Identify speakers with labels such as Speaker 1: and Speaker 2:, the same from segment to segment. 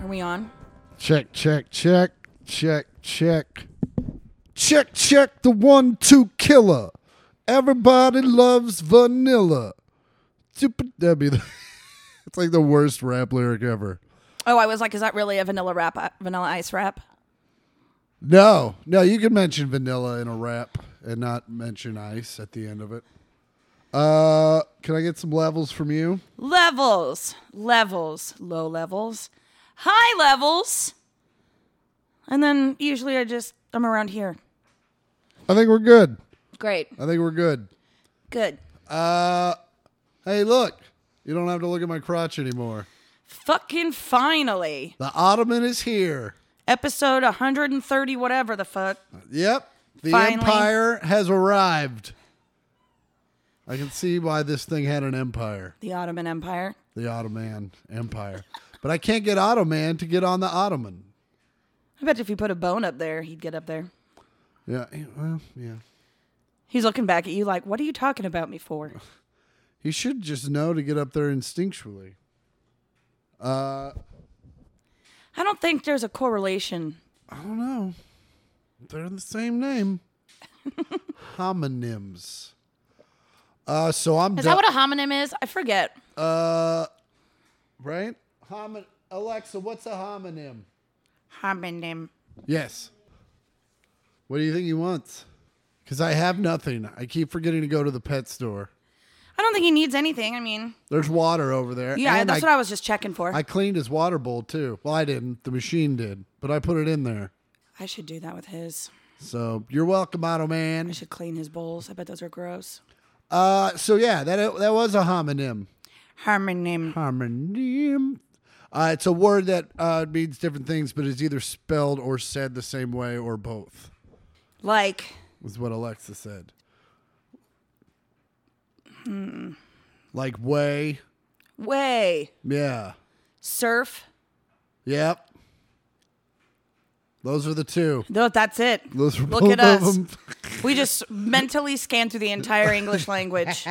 Speaker 1: Are we on?
Speaker 2: Check, check, check, check, check. Check, check the one two killer. Everybody loves vanilla. Super, that'd be the, it's like the worst rap lyric ever.
Speaker 1: Oh, I was like, is that really a vanilla rap? Vanilla ice rap?
Speaker 2: No, no, you can mention vanilla in a rap and not mention ice at the end of it. Uh, can I get some levels from you?
Speaker 1: Levels, levels, low levels, high levels. And then usually I just, I'm around here.
Speaker 2: I think we're good.
Speaker 1: Great.
Speaker 2: I think we're good.
Speaker 1: Good.
Speaker 2: Uh, hey, look, you don't have to look at my crotch anymore.
Speaker 1: Fucking finally.
Speaker 2: The ottoman is here.
Speaker 1: Episode 130, whatever the fuck.
Speaker 2: Yep. The
Speaker 1: Finally.
Speaker 2: empire has arrived. I can see why this thing had an empire,
Speaker 1: The Ottoman Empire.
Speaker 2: the Ottoman Empire. But I can't get Ottoman to get on the Ottoman.
Speaker 1: I bet if you put a bone up there, he'd get up there.
Speaker 2: Yeah, eh, well, yeah.
Speaker 1: He's looking back at you like, what are you talking about me for?
Speaker 2: He should just know to get up there instinctually.
Speaker 1: I don't think there's a correlation.
Speaker 2: I don't know. They're the same name. Homonyms. Uh, so I'm
Speaker 1: Is
Speaker 2: done.
Speaker 1: that what a homonym is? I forget.
Speaker 2: uh, right? Homon- Alexa, what's a homonym?
Speaker 1: Homonym.
Speaker 2: Yes. What do you think he wants? Because I have nothing. I keep forgetting to go to the pet store.
Speaker 1: I don't think he needs anything. I mean,
Speaker 2: There's water over there.
Speaker 1: yeah,
Speaker 2: and
Speaker 1: that's
Speaker 2: I,
Speaker 1: what I was just checking for.
Speaker 2: I cleaned his water bowl too. Well, I didn't. The machine did, but I put it in there.
Speaker 1: I should do that with his.
Speaker 2: So you're welcome, Otto
Speaker 1: I
Speaker 2: Man.
Speaker 1: should clean his bowls. I bet those are gross.
Speaker 2: Uh, so yeah, that that was a homonym.
Speaker 1: Homonym.
Speaker 2: Homonym. Uh, it's a word that uh, means different things, but is either spelled or said the same way or both.
Speaker 1: Like,
Speaker 2: was what Alexa said.
Speaker 1: Hmm.
Speaker 2: Like way.
Speaker 1: way.
Speaker 2: Yeah.
Speaker 1: Surf.
Speaker 2: Yep. Those are the two.
Speaker 1: No, that's it.
Speaker 2: Those are
Speaker 1: Look
Speaker 2: both
Speaker 1: at
Speaker 2: of
Speaker 1: us.
Speaker 2: 'em.
Speaker 1: We just mentally scanned through the entire English language.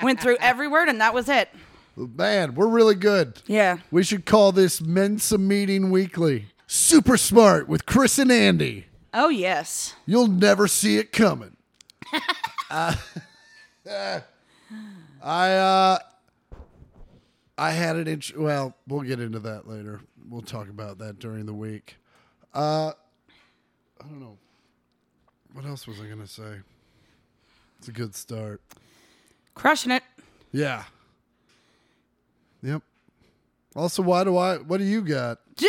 Speaker 1: Went through every word, and that was it.
Speaker 2: Man, we're really good.
Speaker 1: Yeah.
Speaker 2: We should call this Mensa Meeting Weekly. Super smart with Chris and Andy.
Speaker 1: Oh, yes.
Speaker 2: You'll never see it coming. uh, I uh, I had an int- well, we'll get into that later. We'll talk about that during the week. Uh, I don't know. What else was I gonna say? It's a good start.
Speaker 1: Crushing it.
Speaker 2: Yeah. Yep. Also, why do I? What do you got? Uh,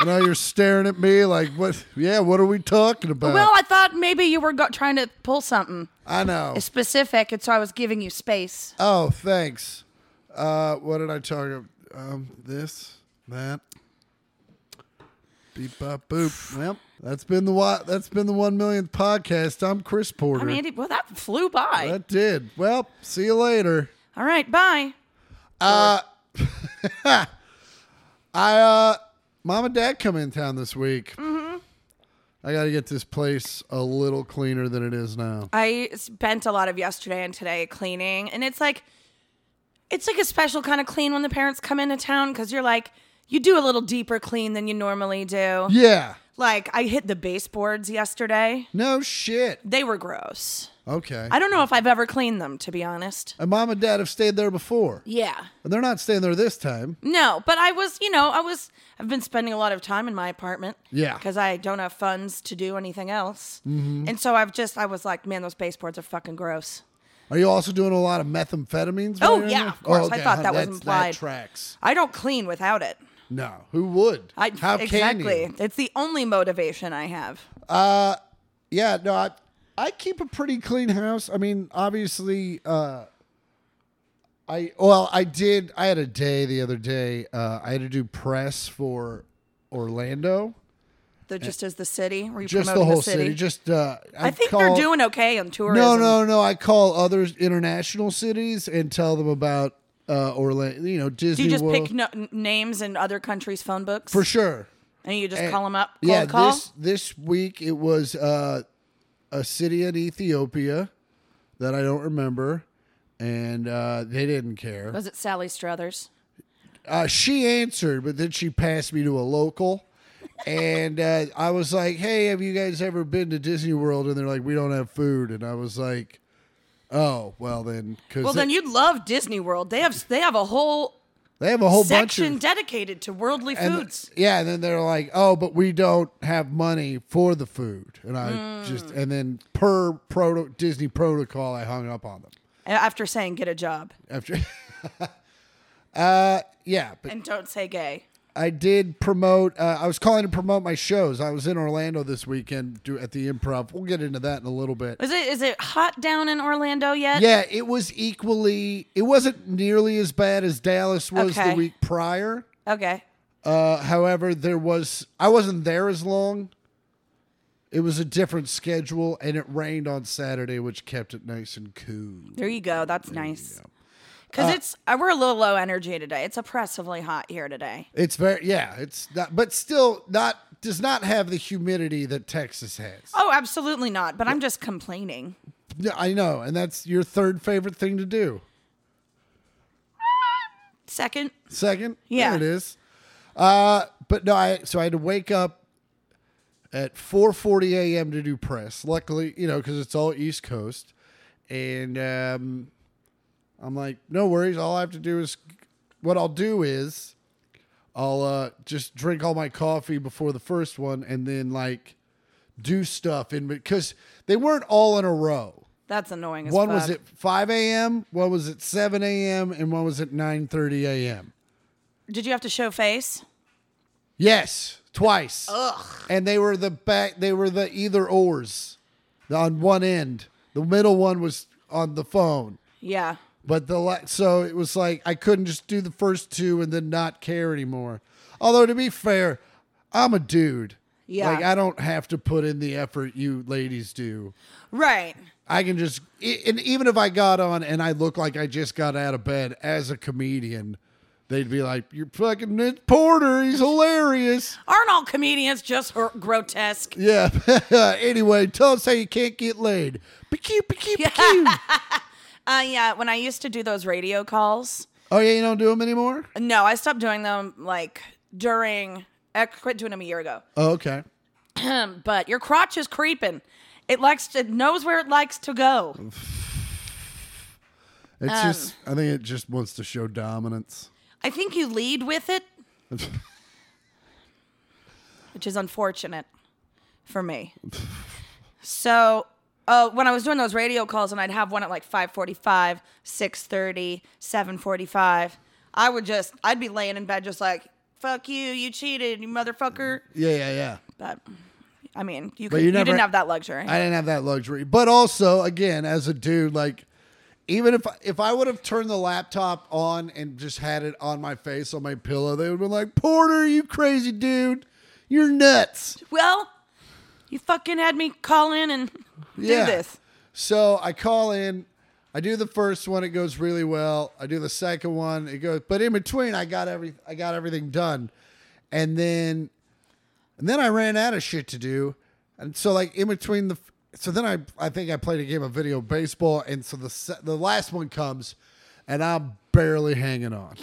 Speaker 2: I know you're staring at me like, what? Yeah, what are we talking about?
Speaker 1: well, I thought maybe you were go- trying to pull something
Speaker 2: I know.
Speaker 1: specific, and so I was giving you space.
Speaker 2: Oh, thanks. Uh, what did I talk about? Um, this, that. Beep bop boop. Well, that's been the wa- that's been the one millionth podcast. I'm Chris Porter.
Speaker 1: I mean, it- well, that flew by.
Speaker 2: that did. Well, see you later.
Speaker 1: All right, bye.
Speaker 2: I uh mom and dad come in town this week. Mm-hmm. I gotta get this place a little cleaner than it is now.
Speaker 1: I spent a lot of yesterday and today cleaning, and it's like, it's like a special kind of clean when the parents come into town because you're like, you do a little deeper clean than you normally do.
Speaker 2: Yeah.
Speaker 1: Like, I hit the baseboards yesterday.
Speaker 2: No shit.
Speaker 1: They were gross.
Speaker 2: Okay.
Speaker 1: I don't know if I've ever cleaned them, to be honest.
Speaker 2: and mom and dad have stayed there before.
Speaker 1: Yeah.
Speaker 2: And they're not staying there this time.
Speaker 1: No, but I was, you know, I was, I've been spending a lot of time in my apartment.
Speaker 2: Yeah.
Speaker 1: Because I don't have funds to do anything else. And so I've just, I was like, man, those baseboards are fucking gross.
Speaker 2: Are you also doing a lot of methamphetamines?
Speaker 1: Oh,
Speaker 2: while you're in
Speaker 1: yeah,
Speaker 2: there?
Speaker 1: of course. I thought
Speaker 2: huh,
Speaker 1: that was
Speaker 2: that's-
Speaker 1: implied.
Speaker 2: That tracks.
Speaker 1: I don't clean without it.
Speaker 2: No, who would?
Speaker 1: I,
Speaker 2: How
Speaker 1: exactly.
Speaker 2: can you?
Speaker 1: It's the only motivation I have.
Speaker 2: Yeah, no, I, I keep a pretty clean house. I mean, obviously, uh, I well, I did. I had a day the other day. Uh, I had to do press for Orlando,
Speaker 1: They're just as the city. Were you
Speaker 2: just the
Speaker 1: promoting
Speaker 2: whole
Speaker 1: the city?
Speaker 2: city. Just uh,
Speaker 1: I think
Speaker 2: call-
Speaker 1: they're doing okay on tourism.
Speaker 2: No, no, no. I call other international cities and tell them about uh, Orlando. You know,
Speaker 1: Do
Speaker 2: Disney
Speaker 1: you just
Speaker 2: World
Speaker 1: pick no- n- names in other countries' phone books
Speaker 2: for sure.
Speaker 1: and you just call them up? Cold
Speaker 2: yeah,
Speaker 1: call?
Speaker 2: this this week it was uh, a city in Ethiopia that I don't remember, and uh, they didn't care.
Speaker 1: Was it Sally Struthers?
Speaker 2: uh, she answered, but then she passed me to a local. And uh, I was like, hey, have you guys ever been to Disney World? And they're like, we don't have food. And I was like, oh, well then. Cause
Speaker 1: Well,
Speaker 2: they,
Speaker 1: then you'd love Disney World. They have they have a whole
Speaker 2: they have a whole bunch
Speaker 1: section
Speaker 2: of.
Speaker 1: dedicated to worldly
Speaker 2: and-
Speaker 1: foods.
Speaker 2: yeah, and then they're like, "Oh, but we don't have money for the food." And I
Speaker 1: Mm.
Speaker 2: just and then per proto- Disney protocol, I hung up on them
Speaker 1: After saying get a job
Speaker 2: after. uh, yeah, but
Speaker 1: and don't say gay.
Speaker 2: I did promote. Uh, I was calling to promote my shows. I was in Orlando this weekend do, at the Improv. We'll get into that in a little bit.
Speaker 1: Is it is it hot down in Orlando yet?
Speaker 2: Yeah, it was equally. It wasn't nearly as bad as Dallas was
Speaker 1: Okay.
Speaker 2: the week prior.
Speaker 1: Okay.
Speaker 2: Uh, however, there was I wasn't there as long. It was a different schedule, and it rained on Saturday, which kept it nice and cool.
Speaker 1: There you go. That's nice. Cause it's uh, we're a little low energy today. It's oppressively hot here today.
Speaker 2: It's very yeah, it's not, but still not does not have the humidity that Texas has.
Speaker 1: Oh, absolutely not. But I'm just complaining.
Speaker 2: Yeah, I know, and that's your third favorite thing to do.
Speaker 1: Second,
Speaker 2: Second,
Speaker 1: Yeah.
Speaker 2: there it is. Uh, but no, I so I had to wake up at 4:40 a.m. to do press. Luckily, you know, because it's all East Coast, and um, I'm like, no worries. All I have to do is, what I'll do is, I'll uh, just drink all my coffee before the first one, and then like do stuff in because they weren't all in a row.
Speaker 1: that's annoying. As
Speaker 2: One
Speaker 1: fuck.
Speaker 2: was at 5 a.m., one was at 7 a.m., and one was at 9:30 a.m.
Speaker 1: Did you have to show face?
Speaker 2: Yes, twice. Ugh. And they were the back. They were the either ors, on one end. The middle one was on the phone,
Speaker 1: Yeah.
Speaker 2: but the la- so it was like I couldn't just do the first two and then not care anymore. Although to be fair, I'm a dude.
Speaker 1: Yeah.
Speaker 2: Like I don't have to put in the effort you ladies do.
Speaker 1: Right.
Speaker 2: I can just, e- and even if I got on and I look like I just got out of bed as a comedian, they'd be like, "You're fucking Nick Porter. He's hilarious."
Speaker 1: Aren't all comedians just her- grotesque?
Speaker 2: Yeah. anyway, tell us how you can't get laid. Pew, pew, pew, pew.
Speaker 1: Uh, yeah. When I used to do those radio calls,
Speaker 2: oh yeah, you don't do them anymore.
Speaker 1: no, I stopped doing them like during. I quit doing them a year ago.
Speaker 2: Oh, okay.
Speaker 1: but your crotch is creeping. It likes to it knows where it likes to go.
Speaker 2: It's just, I think it just wants to show dominance.
Speaker 1: I think you lead with it, which is unfortunate for me. So, uh, when I was doing those radio calls and I'd have one at like 5:45, 6:30, 7:45, I would just I'd be laying in bed just like, "Fuck you, you cheated, you motherfucker."
Speaker 2: yeah, yeah, yeah.
Speaker 1: But I mean, you could,
Speaker 2: you
Speaker 1: you,
Speaker 2: never-
Speaker 1: didn't have that luxury.
Speaker 2: I didn't have that luxury. But also, again, as a dude, like even if if I would have turned the laptop on and just had it on my face on my pillow, they would have been like, "Porter, you crazy dude, you're nuts."
Speaker 1: well, you fucking had me call in and
Speaker 2: Yeah.
Speaker 1: do this.
Speaker 2: So I call in, I do the first one, it goes really well. I do the second one, it goes. But in between, I got every I got everything done, and then and then I ran out of shit to do, and so like in between the so then I I think I played a game of video baseball, and so the se- the last one comes, and I'm barely hanging on.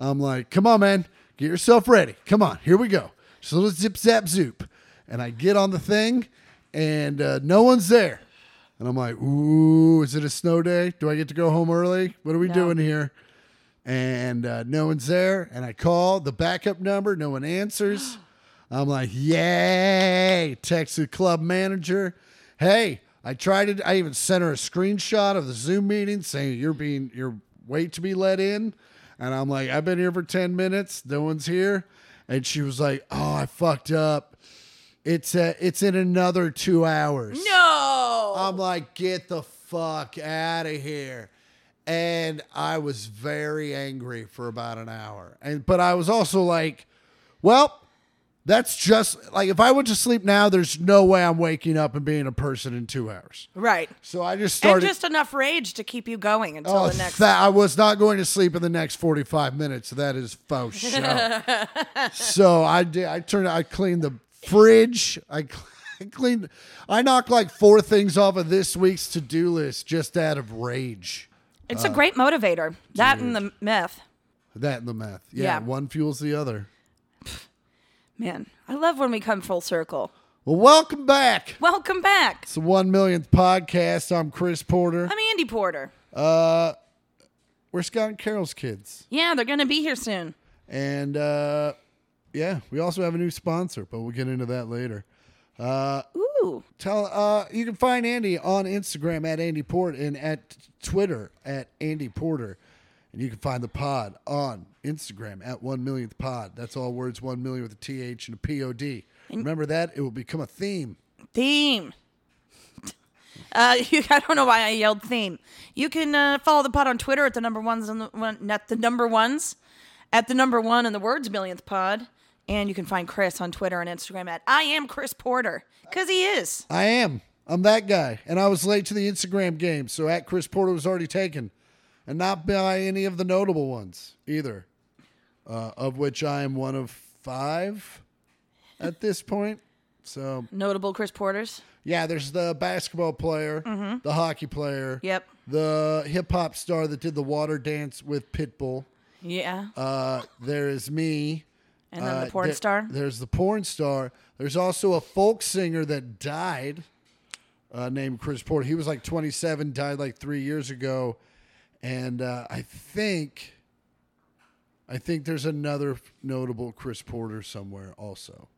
Speaker 2: I'm like, come on, man, get yourself ready. Come on, here we go. Just a little zip, zap, zoop. And I get on the thing, and uh, no one's there. And I'm like, ooh, is it a snow day? Do I get to go home early? What are we
Speaker 1: No.
Speaker 2: doing here? And uh, no one's there. And I call the backup number, no one answers. I'm like, yay. Text the club manager. Hey, I tried to, I even sent her a screenshot of the Zoom meeting saying you're being, you're wait to be let in. And I'm like, I've been here for 10 minutes. No one's here. And she was like, oh, I fucked up. It's, uh, it's in another two hours.
Speaker 1: No.
Speaker 2: I'm like, get the fuck out of here. And I was very angry for about an hour. And but I was also like, well, that's just like if I went to sleep now, there's no way I'm waking up and being a person in two hours.
Speaker 1: right.
Speaker 2: So I just
Speaker 1: And
Speaker 2: started.
Speaker 1: just enough rage to keep you going until
Speaker 2: oh,
Speaker 1: the next.
Speaker 2: that I was not going to sleep in the next 45 minutes. That is faux show. so I did. I turned. I cleaned the fridge. I. cl- I cleaned. I knocked like four things off of this week's to do list just out of rage.
Speaker 1: it's a great motivator. That and the myth.
Speaker 2: That and the meth. yeah.
Speaker 1: Yeah.
Speaker 2: One fuels the other.
Speaker 1: Man, I love when we come full circle.
Speaker 2: Well, welcome back.
Speaker 1: Welcome back.
Speaker 2: It's the one millionth podcast. I'm Chris Porter.
Speaker 1: I'm Andy Porter.
Speaker 2: Uh, we're Scott and Carol's kids,
Speaker 1: Yeah, they're gonna be here soon.
Speaker 2: and uh, yeah, we also have a new sponsor, but we'll get into that later. Uh,
Speaker 1: Ooh,
Speaker 2: tell uh, you can find Andy on Instagram at Andy Port and at Twitter at Andy Porter, and you can find the pod on Instagram at one millionth pod. That's all words one million with a th and a pod. Remember that it will become a theme.
Speaker 1: theme. Uh, you, I don't know why I yelled theme. You can uh, follow the pod on Twitter at the number ones and the one, at the number ones, at the number one and the words millionth pod, and you can find Chris on Twitter and Instagram at I am Chris Porter because he is.
Speaker 2: I am. I'm that guy. And I was late to the Instagram game, so at Chris Porter was already taken. And not by any of the notable ones either. Uh, of which I am one of five at this point. So
Speaker 1: Notable Chris Porters.
Speaker 2: yeah, there's the basketball player, the hockey player,
Speaker 1: Mm-hmm. Yep.
Speaker 2: the hip hop star that did the water dance with Pitbull.
Speaker 1: Yeah.
Speaker 2: Uh, there is me.
Speaker 1: And then the
Speaker 2: Uh,
Speaker 1: porn
Speaker 2: there-
Speaker 1: star?
Speaker 2: There's the porn star. There's also a folk singer that died uh, named Chris Porter. He was like 27, died like three years ago. And uh, I think, I think there's another notable Chris Porter somewhere also.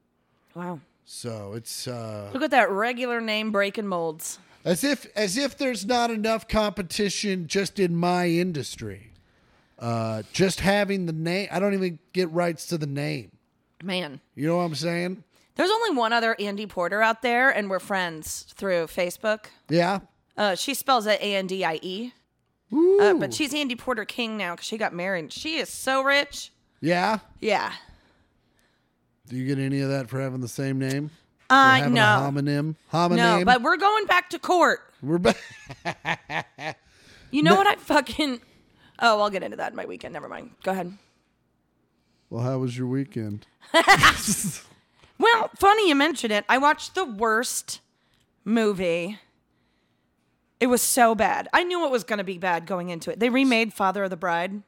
Speaker 1: wow.
Speaker 2: So it's uh,
Speaker 1: Look at that regular name breaking molds.
Speaker 2: as if as if there's not enough competition just in my industry. Uh, just having the name, I don't even get rights to the name.
Speaker 1: Man.
Speaker 2: You know what I'm saying?
Speaker 1: There's only one other Andy Porter out there, and we're friends through Facebook.
Speaker 2: Yeah.
Speaker 1: Uh, she spells it A N D I E, uh, but she's Andy Porter King now because she got married. She is so rich.
Speaker 2: Yeah.
Speaker 1: Yeah.
Speaker 2: Do you get any of that for having the same name? For
Speaker 1: Uh,
Speaker 2: having
Speaker 1: no.
Speaker 2: A homonym. Homonym.
Speaker 1: no, but we're going back to court.
Speaker 2: we're back.
Speaker 1: You know what I fucking. Oh, I'll get into that in my weekend. Never mind. Go ahead.
Speaker 2: Well, how was your weekend?
Speaker 1: Well, funny you mentioned it. I watched the worst movie. It was so bad. I knew it was going to be bad going into it. They remade Father of the Bride.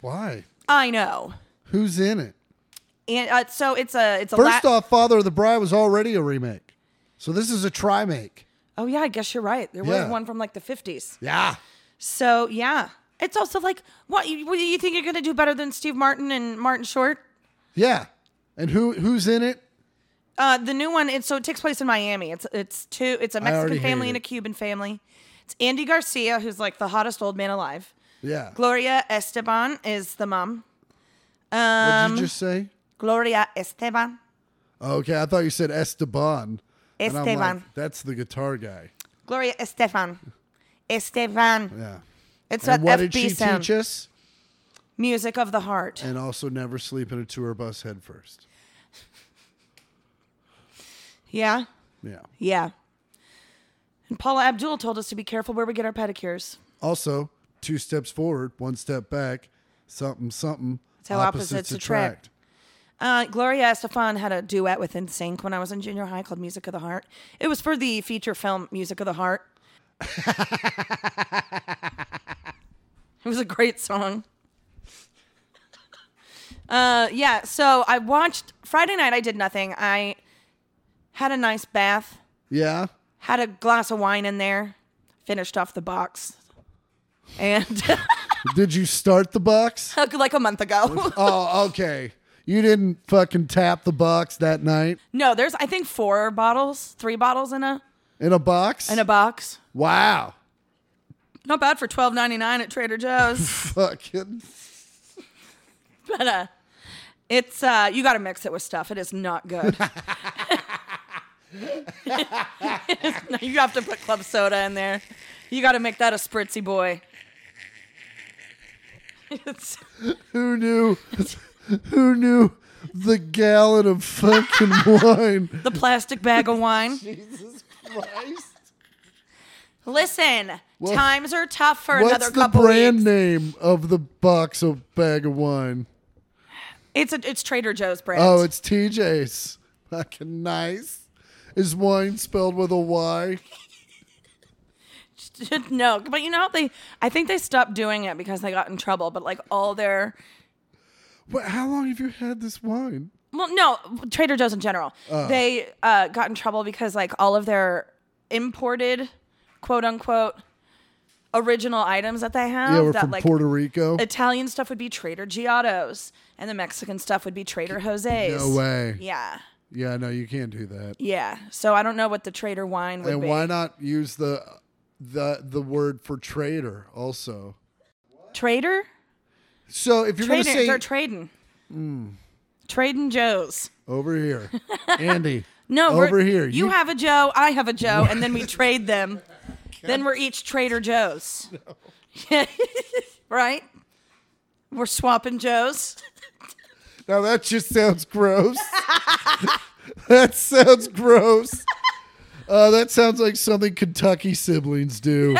Speaker 2: Why?
Speaker 1: I know.
Speaker 2: Who's in it?
Speaker 1: And uh, so it's a it's a
Speaker 2: First
Speaker 1: la-
Speaker 2: off, Father of the Bride was already a remake, so this is a try-make.
Speaker 1: Oh yeah, I guess you're right. There
Speaker 2: Yeah.
Speaker 1: was one from like the 50s.
Speaker 2: Yeah.
Speaker 1: So yeah, it's also like what you, what, do you think you're gonna do better than Steve Martin and Martin Short?
Speaker 2: Yeah. And who who's in it?
Speaker 1: Uh, the new one. It's so it takes place in Miami. It's it's two. It's a
Speaker 2: already
Speaker 1: Mexican
Speaker 2: hate
Speaker 1: family and
Speaker 2: it.
Speaker 1: a Cuban family. It's Andy Garcia, who's like the hottest old man alive.
Speaker 2: Yeah.
Speaker 1: Gloria Esteban is the mom.
Speaker 2: What
Speaker 1: Um,
Speaker 2: did you just say?
Speaker 1: Gloria Esteban.
Speaker 2: Okay, I thought you said Esteban. And I'm like,
Speaker 1: Esteban.
Speaker 2: That's the guitar guy.
Speaker 1: Gloria Estefan. Esteban.
Speaker 2: Yeah.
Speaker 1: It's
Speaker 2: and
Speaker 1: an
Speaker 2: what
Speaker 1: FB
Speaker 2: did she
Speaker 1: sound.
Speaker 2: teach us?
Speaker 1: Music of the heart.
Speaker 2: And also never sleep in a tour bus head first.
Speaker 1: Yeah.
Speaker 2: Yeah.
Speaker 1: Yeah. And Paula Abdul told us to be careful where we get our pedicures.
Speaker 2: Also, two steps forward, one step back, something, something.
Speaker 1: That's how opposites attract. Uh, Gloria Estefan had a duet with NSYNC when I was in junior high called Music of the Heart. It was for the feature film Music of the Heart. it was a great song. Uh, yeah, so I watched Friday night. I did nothing. I had a nice bath,
Speaker 2: Yeah.
Speaker 1: had a glass of wine in there, finished off the box, and
Speaker 2: Did you start the box?
Speaker 1: like a month ago.
Speaker 2: oh, okay. You didn't fucking tap the box that night
Speaker 1: No, there's I think four bottles, three bottles in a
Speaker 2: in a box?
Speaker 1: in a box.
Speaker 2: wow.
Speaker 1: Not bad for twelve ninety nine at Trader Joe's.
Speaker 2: Fucking.
Speaker 1: but uh it's uh you gotta mix it with stuff. It is not good. you have to put club soda in there. You gotta make that a spritzy boy. It's-
Speaker 2: Who knew? Who knew the gallon of fucking wine?
Speaker 1: the plastic bag of wine.
Speaker 2: Jesus Christ.
Speaker 1: Listen, times are tough for
Speaker 2: What's
Speaker 1: another
Speaker 2: the
Speaker 1: couple
Speaker 2: brand
Speaker 1: weeks.
Speaker 2: name of the box of bag of wine?
Speaker 1: It's a, it's Trader Joe's brand.
Speaker 2: Oh, it's TJ's. Fucking nice. Is wine spelled with a Y?
Speaker 1: no, but you know they. I think they stopped doing it because they got in trouble. But like all their
Speaker 2: What? How long have you had this wine?
Speaker 1: Well, no, Trader Joe's in general. They uh, got in trouble because like all of their imported, quote unquote, original items that they have
Speaker 2: Yeah, we're
Speaker 1: that
Speaker 2: from
Speaker 1: like
Speaker 2: Puerto Rico.
Speaker 1: Italian stuff would be Trader Giotto's and the Mexican stuff would be Trader Jose's.
Speaker 2: No way.
Speaker 1: Yeah.
Speaker 2: Yeah, no, you can't do that.
Speaker 1: Yeah. So I don't know what the Trader wine would
Speaker 2: And
Speaker 1: be.
Speaker 2: why not use the the the word for trader also?
Speaker 1: Trader?
Speaker 2: So if you're going to
Speaker 1: Trading.
Speaker 2: say Hmm.
Speaker 1: They're trading. Trading Joe's.
Speaker 2: over here, Andy.
Speaker 1: No,
Speaker 2: over
Speaker 1: we're,
Speaker 2: here.
Speaker 1: You, have a Joe, I have a Joe, and then we trade them. Then we're each Trader Joe's. right? We're swapping Joe's.
Speaker 2: Now that just sounds gross. that sounds gross. Uh, that sounds like something Kentucky siblings do.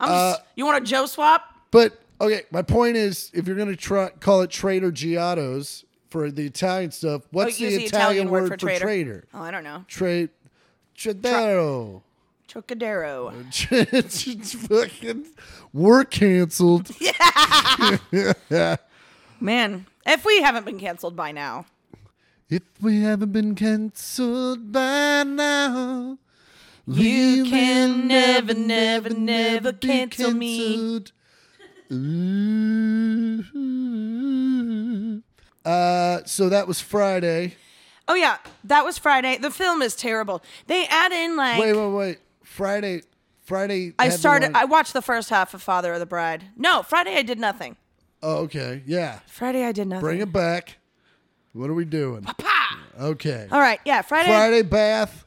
Speaker 1: I'm just, you want a Joe swap?
Speaker 2: But okay, my point is, if you're going to try call it Trader Giotto's for the Italian stuff, what's the
Speaker 1: use
Speaker 2: Italian, word, for, trader?
Speaker 1: Oh, I don't know.
Speaker 2: Trade. Tradero.
Speaker 1: Trocadero.
Speaker 2: It's fucking, we're canceled.
Speaker 1: Man, if we haven't been canceled by now.
Speaker 2: If we haven't been canceled by now,
Speaker 1: You
Speaker 2: we
Speaker 1: can
Speaker 2: will
Speaker 1: never, never, never
Speaker 2: be
Speaker 1: cancel me.
Speaker 2: canceled. Ooh. Uh, so that was Friday.
Speaker 1: Oh, yeah. That was Friday. The film is terrible. They add in like.
Speaker 2: Wait, wait, wait. Friday, Friday.
Speaker 1: I
Speaker 2: had the
Speaker 1: started. I
Speaker 2: one-
Speaker 1: watched the first half of Father of the Bride. No, Friday I did nothing.
Speaker 2: oh, okay. Yeah.
Speaker 1: Friday I did nothing.
Speaker 2: Bring it back. What are we doing?
Speaker 1: Pa!
Speaker 2: Okay.
Speaker 1: All right, yeah. Friday,
Speaker 2: Friday bath.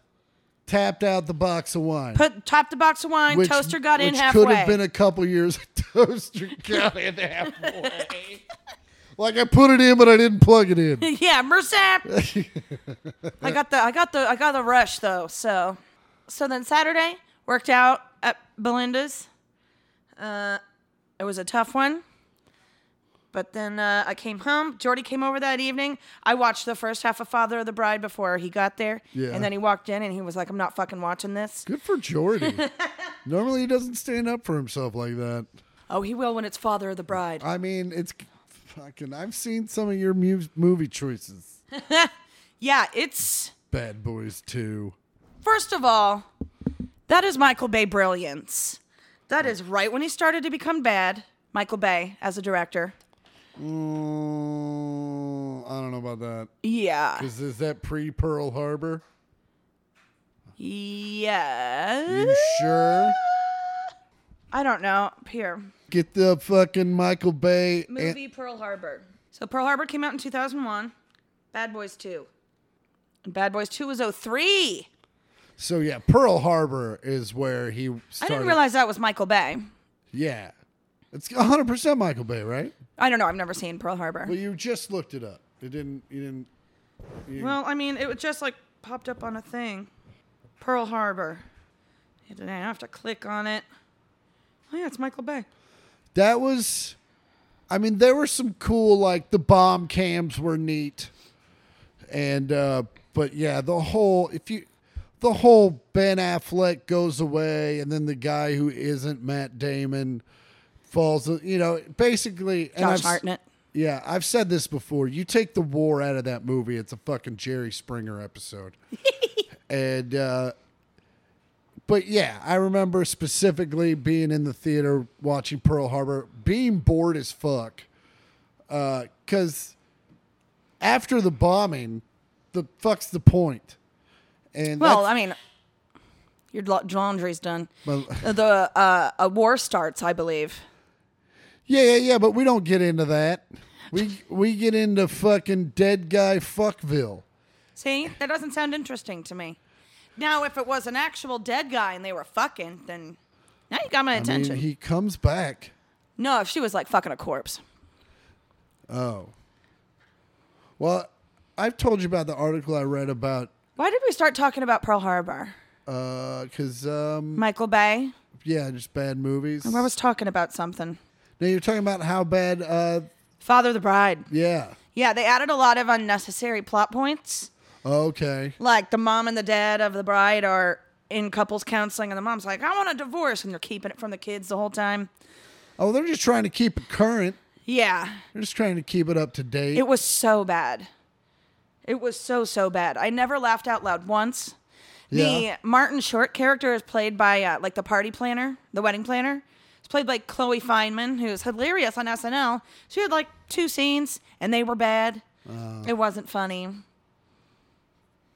Speaker 2: Tapped out the box of wine.
Speaker 1: put topped the box of wine.
Speaker 2: which-
Speaker 1: toaster got in
Speaker 2: which
Speaker 1: halfway.
Speaker 2: Could have been a couple years. toaster got in halfway. like I put it in, but I didn't plug it in.
Speaker 1: yeah, Mersap. I got the I got the I got the rush though. So, so then Saturday worked out at Belinda's. Uh, it was a tough one. But then uh, I came home. Jordy came over that evening. I watched the first half of Father of the Bride before he got there.
Speaker 2: Yeah.
Speaker 1: And then he walked in and he was like, "I'm not fucking watching this."
Speaker 2: Good for Jordy. Normally he doesn't stand up for himself like that.
Speaker 1: Oh, he will when it's Father of the Bride.
Speaker 2: I mean, it's fucking. I've seen some of your mu- movie choices.
Speaker 1: Yeah, it's
Speaker 2: Bad Boys Two.
Speaker 1: First of all, that is Michael Bay brilliance. That is right when he started to become bad, Michael Bay as a director.
Speaker 2: Mm, I don't know about that.
Speaker 1: Yeah.
Speaker 2: Is is that pre Pearl Harbor?
Speaker 1: Yeah.
Speaker 2: You sure?
Speaker 1: I don't know. Here.
Speaker 2: Get the fucking Michael Bay. and-
Speaker 1: Movie Pearl Harbor. So Pearl Harbor came out in 2001. Bad Boys 2. And Bad Boys 2 was 03.
Speaker 2: So yeah, Pearl Harbor is where he started.
Speaker 1: I didn't realize that was Michael Bay.
Speaker 2: Yeah, it's 100 percent Michael Bay, right?
Speaker 1: I don't know. I've never seen Pearl Harbor.
Speaker 2: Well, you just looked it up. It didn't. You didn't.
Speaker 1: Well, I mean, it was just like popped up on a thing. Pearl Harbor. I didn't have to click on it. Oh yeah, it's Michael Bay.
Speaker 2: That was. I mean, there were some cool like the bomb cams were neat, and uh but yeah, the whole if you. The whole Ben Affleck goes away, and then the guy who isn't Matt Damon falls. You know, basically, and
Speaker 1: Josh
Speaker 2: I've-
Speaker 1: Hartnett.
Speaker 2: Yeah, I've said this before. You take the war out of that movie, it's a fucking Jerry Springer episode. and uh but yeah, I remember specifically being in the theater watching Pearl Harbor, being bored as fuck. Uh, cuz after the bombing, the fuck's the point? And
Speaker 1: Well,
Speaker 2: that's-
Speaker 1: I mean, your la- laundry's done.
Speaker 2: Well-
Speaker 1: Uh, the uh, a war starts, I believe.
Speaker 2: Yeah, yeah, yeah, but we don't get into that. We we get into fucking dead guy fuckville.
Speaker 1: See, that doesn't sound interesting to me. Now, if it was an actual dead guy and they were fucking, then now you got my
Speaker 2: I mean,
Speaker 1: attention.
Speaker 2: he comes back.
Speaker 1: no, if she was like fucking a corpse.
Speaker 2: Oh. Well, I've told you about the article I read about
Speaker 1: Why did we start talking about Pearl Harbor?
Speaker 2: because um
Speaker 1: Michael Bay.
Speaker 2: yeah, just bad movies.
Speaker 1: I was talking about something.
Speaker 2: now you're talking about how bad uh
Speaker 1: Father of the Bride.
Speaker 2: yeah.
Speaker 1: Yeah, they added a lot of unnecessary plot points.
Speaker 2: Okay.
Speaker 1: Like the mom and the dad of the bride are in couples counseling, and the mom's like, I want a divorce, and they're keeping it from the kids the whole time.
Speaker 2: Oh, they're just trying to keep it current.
Speaker 1: Yeah.
Speaker 2: They're just trying to keep it up to date.
Speaker 1: It was so bad. It was so so bad. I never laughed out loud once.
Speaker 2: Yeah.
Speaker 1: The Martin Short character is played by uh, like the party planner, the wedding planner. It's played by Chloe Feynman, who's hilarious on SNL. She had like two scenes, and they were bad. it wasn't funny.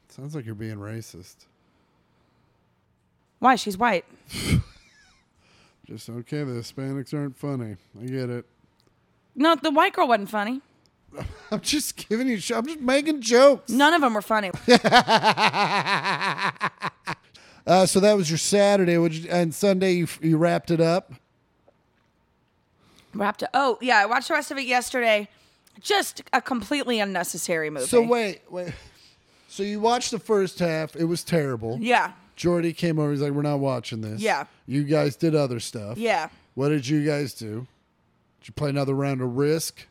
Speaker 2: Sounds like you're being racist.
Speaker 1: Why? She's white.
Speaker 2: Just okay, the Hispanics aren't funny. I get it.
Speaker 1: No, the white girl wasn't funny.
Speaker 2: I'm just giving you. Sh- I'm just making jokes.
Speaker 1: None of them were funny.
Speaker 2: Uh, so that was your Saturday, which and Sunday you f- you wrapped it up.
Speaker 1: Wrapped up. Oh yeah, I watched the rest of it yesterday. Just a completely unnecessary movie.
Speaker 2: So wait, wait. So you watched the first half. It was terrible.
Speaker 1: Yeah.
Speaker 2: Jordy came over. He's like, "We're not watching this."
Speaker 1: Yeah.
Speaker 2: You guys did other stuff.
Speaker 1: Yeah.
Speaker 2: What did you guys do? Did you play another round of Risk?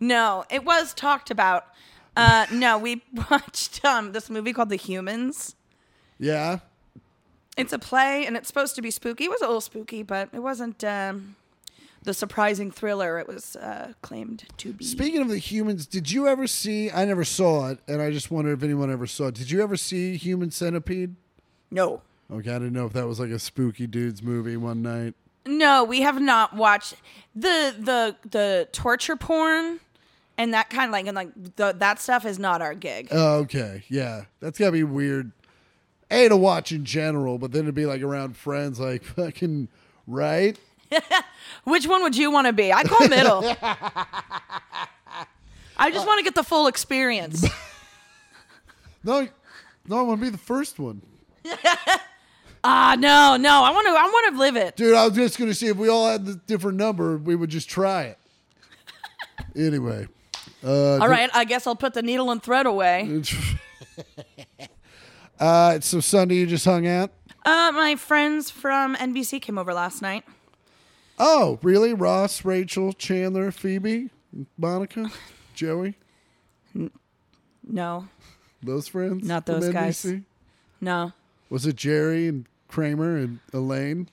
Speaker 1: No, it was talked about. Uh, no, we watched um, this movie called The Humans.
Speaker 2: Yeah.
Speaker 1: It's a play, and it's supposed to be spooky. It was a little spooky, but it wasn't um, the surprising thriller it was uh, claimed to be.
Speaker 2: Speaking of the humans, did you ever see? I never saw it, and I just wonder if anyone ever saw it. Did you ever see Human Centipede?
Speaker 1: no,
Speaker 2: Okay, I didn't know if that was like a spooky dude's movie one night.
Speaker 1: no, we have not watched the the the torture porn and that kind of like and like the, that stuff is not our gig.
Speaker 2: Oh, okay, yeah, that's gotta be weird. A to watch in general, but then to be like around friends, like fucking right.
Speaker 1: Which one would you want to be? I'd call middle. I just want to get the full experience.
Speaker 2: No, no, I want to be the first one,
Speaker 1: Ah, no, no. I want to. I want to live it.
Speaker 2: dude. I was just gonna see if we all had the different number, we would just try it. anyway, uh,
Speaker 1: All right. I guess I'll put the needle and thread away.
Speaker 2: uh, so Sunday you just hung out.
Speaker 1: Uh, my friends from NBC came over last night.
Speaker 2: Oh, really? Ross, Rachel, Chandler, Phoebe, Monica, Joey,
Speaker 1: No,
Speaker 2: those friends?
Speaker 1: Not
Speaker 2: from
Speaker 1: those guys.
Speaker 2: NBC?
Speaker 1: no,
Speaker 2: Was it Jerry and Kramer and Elaine?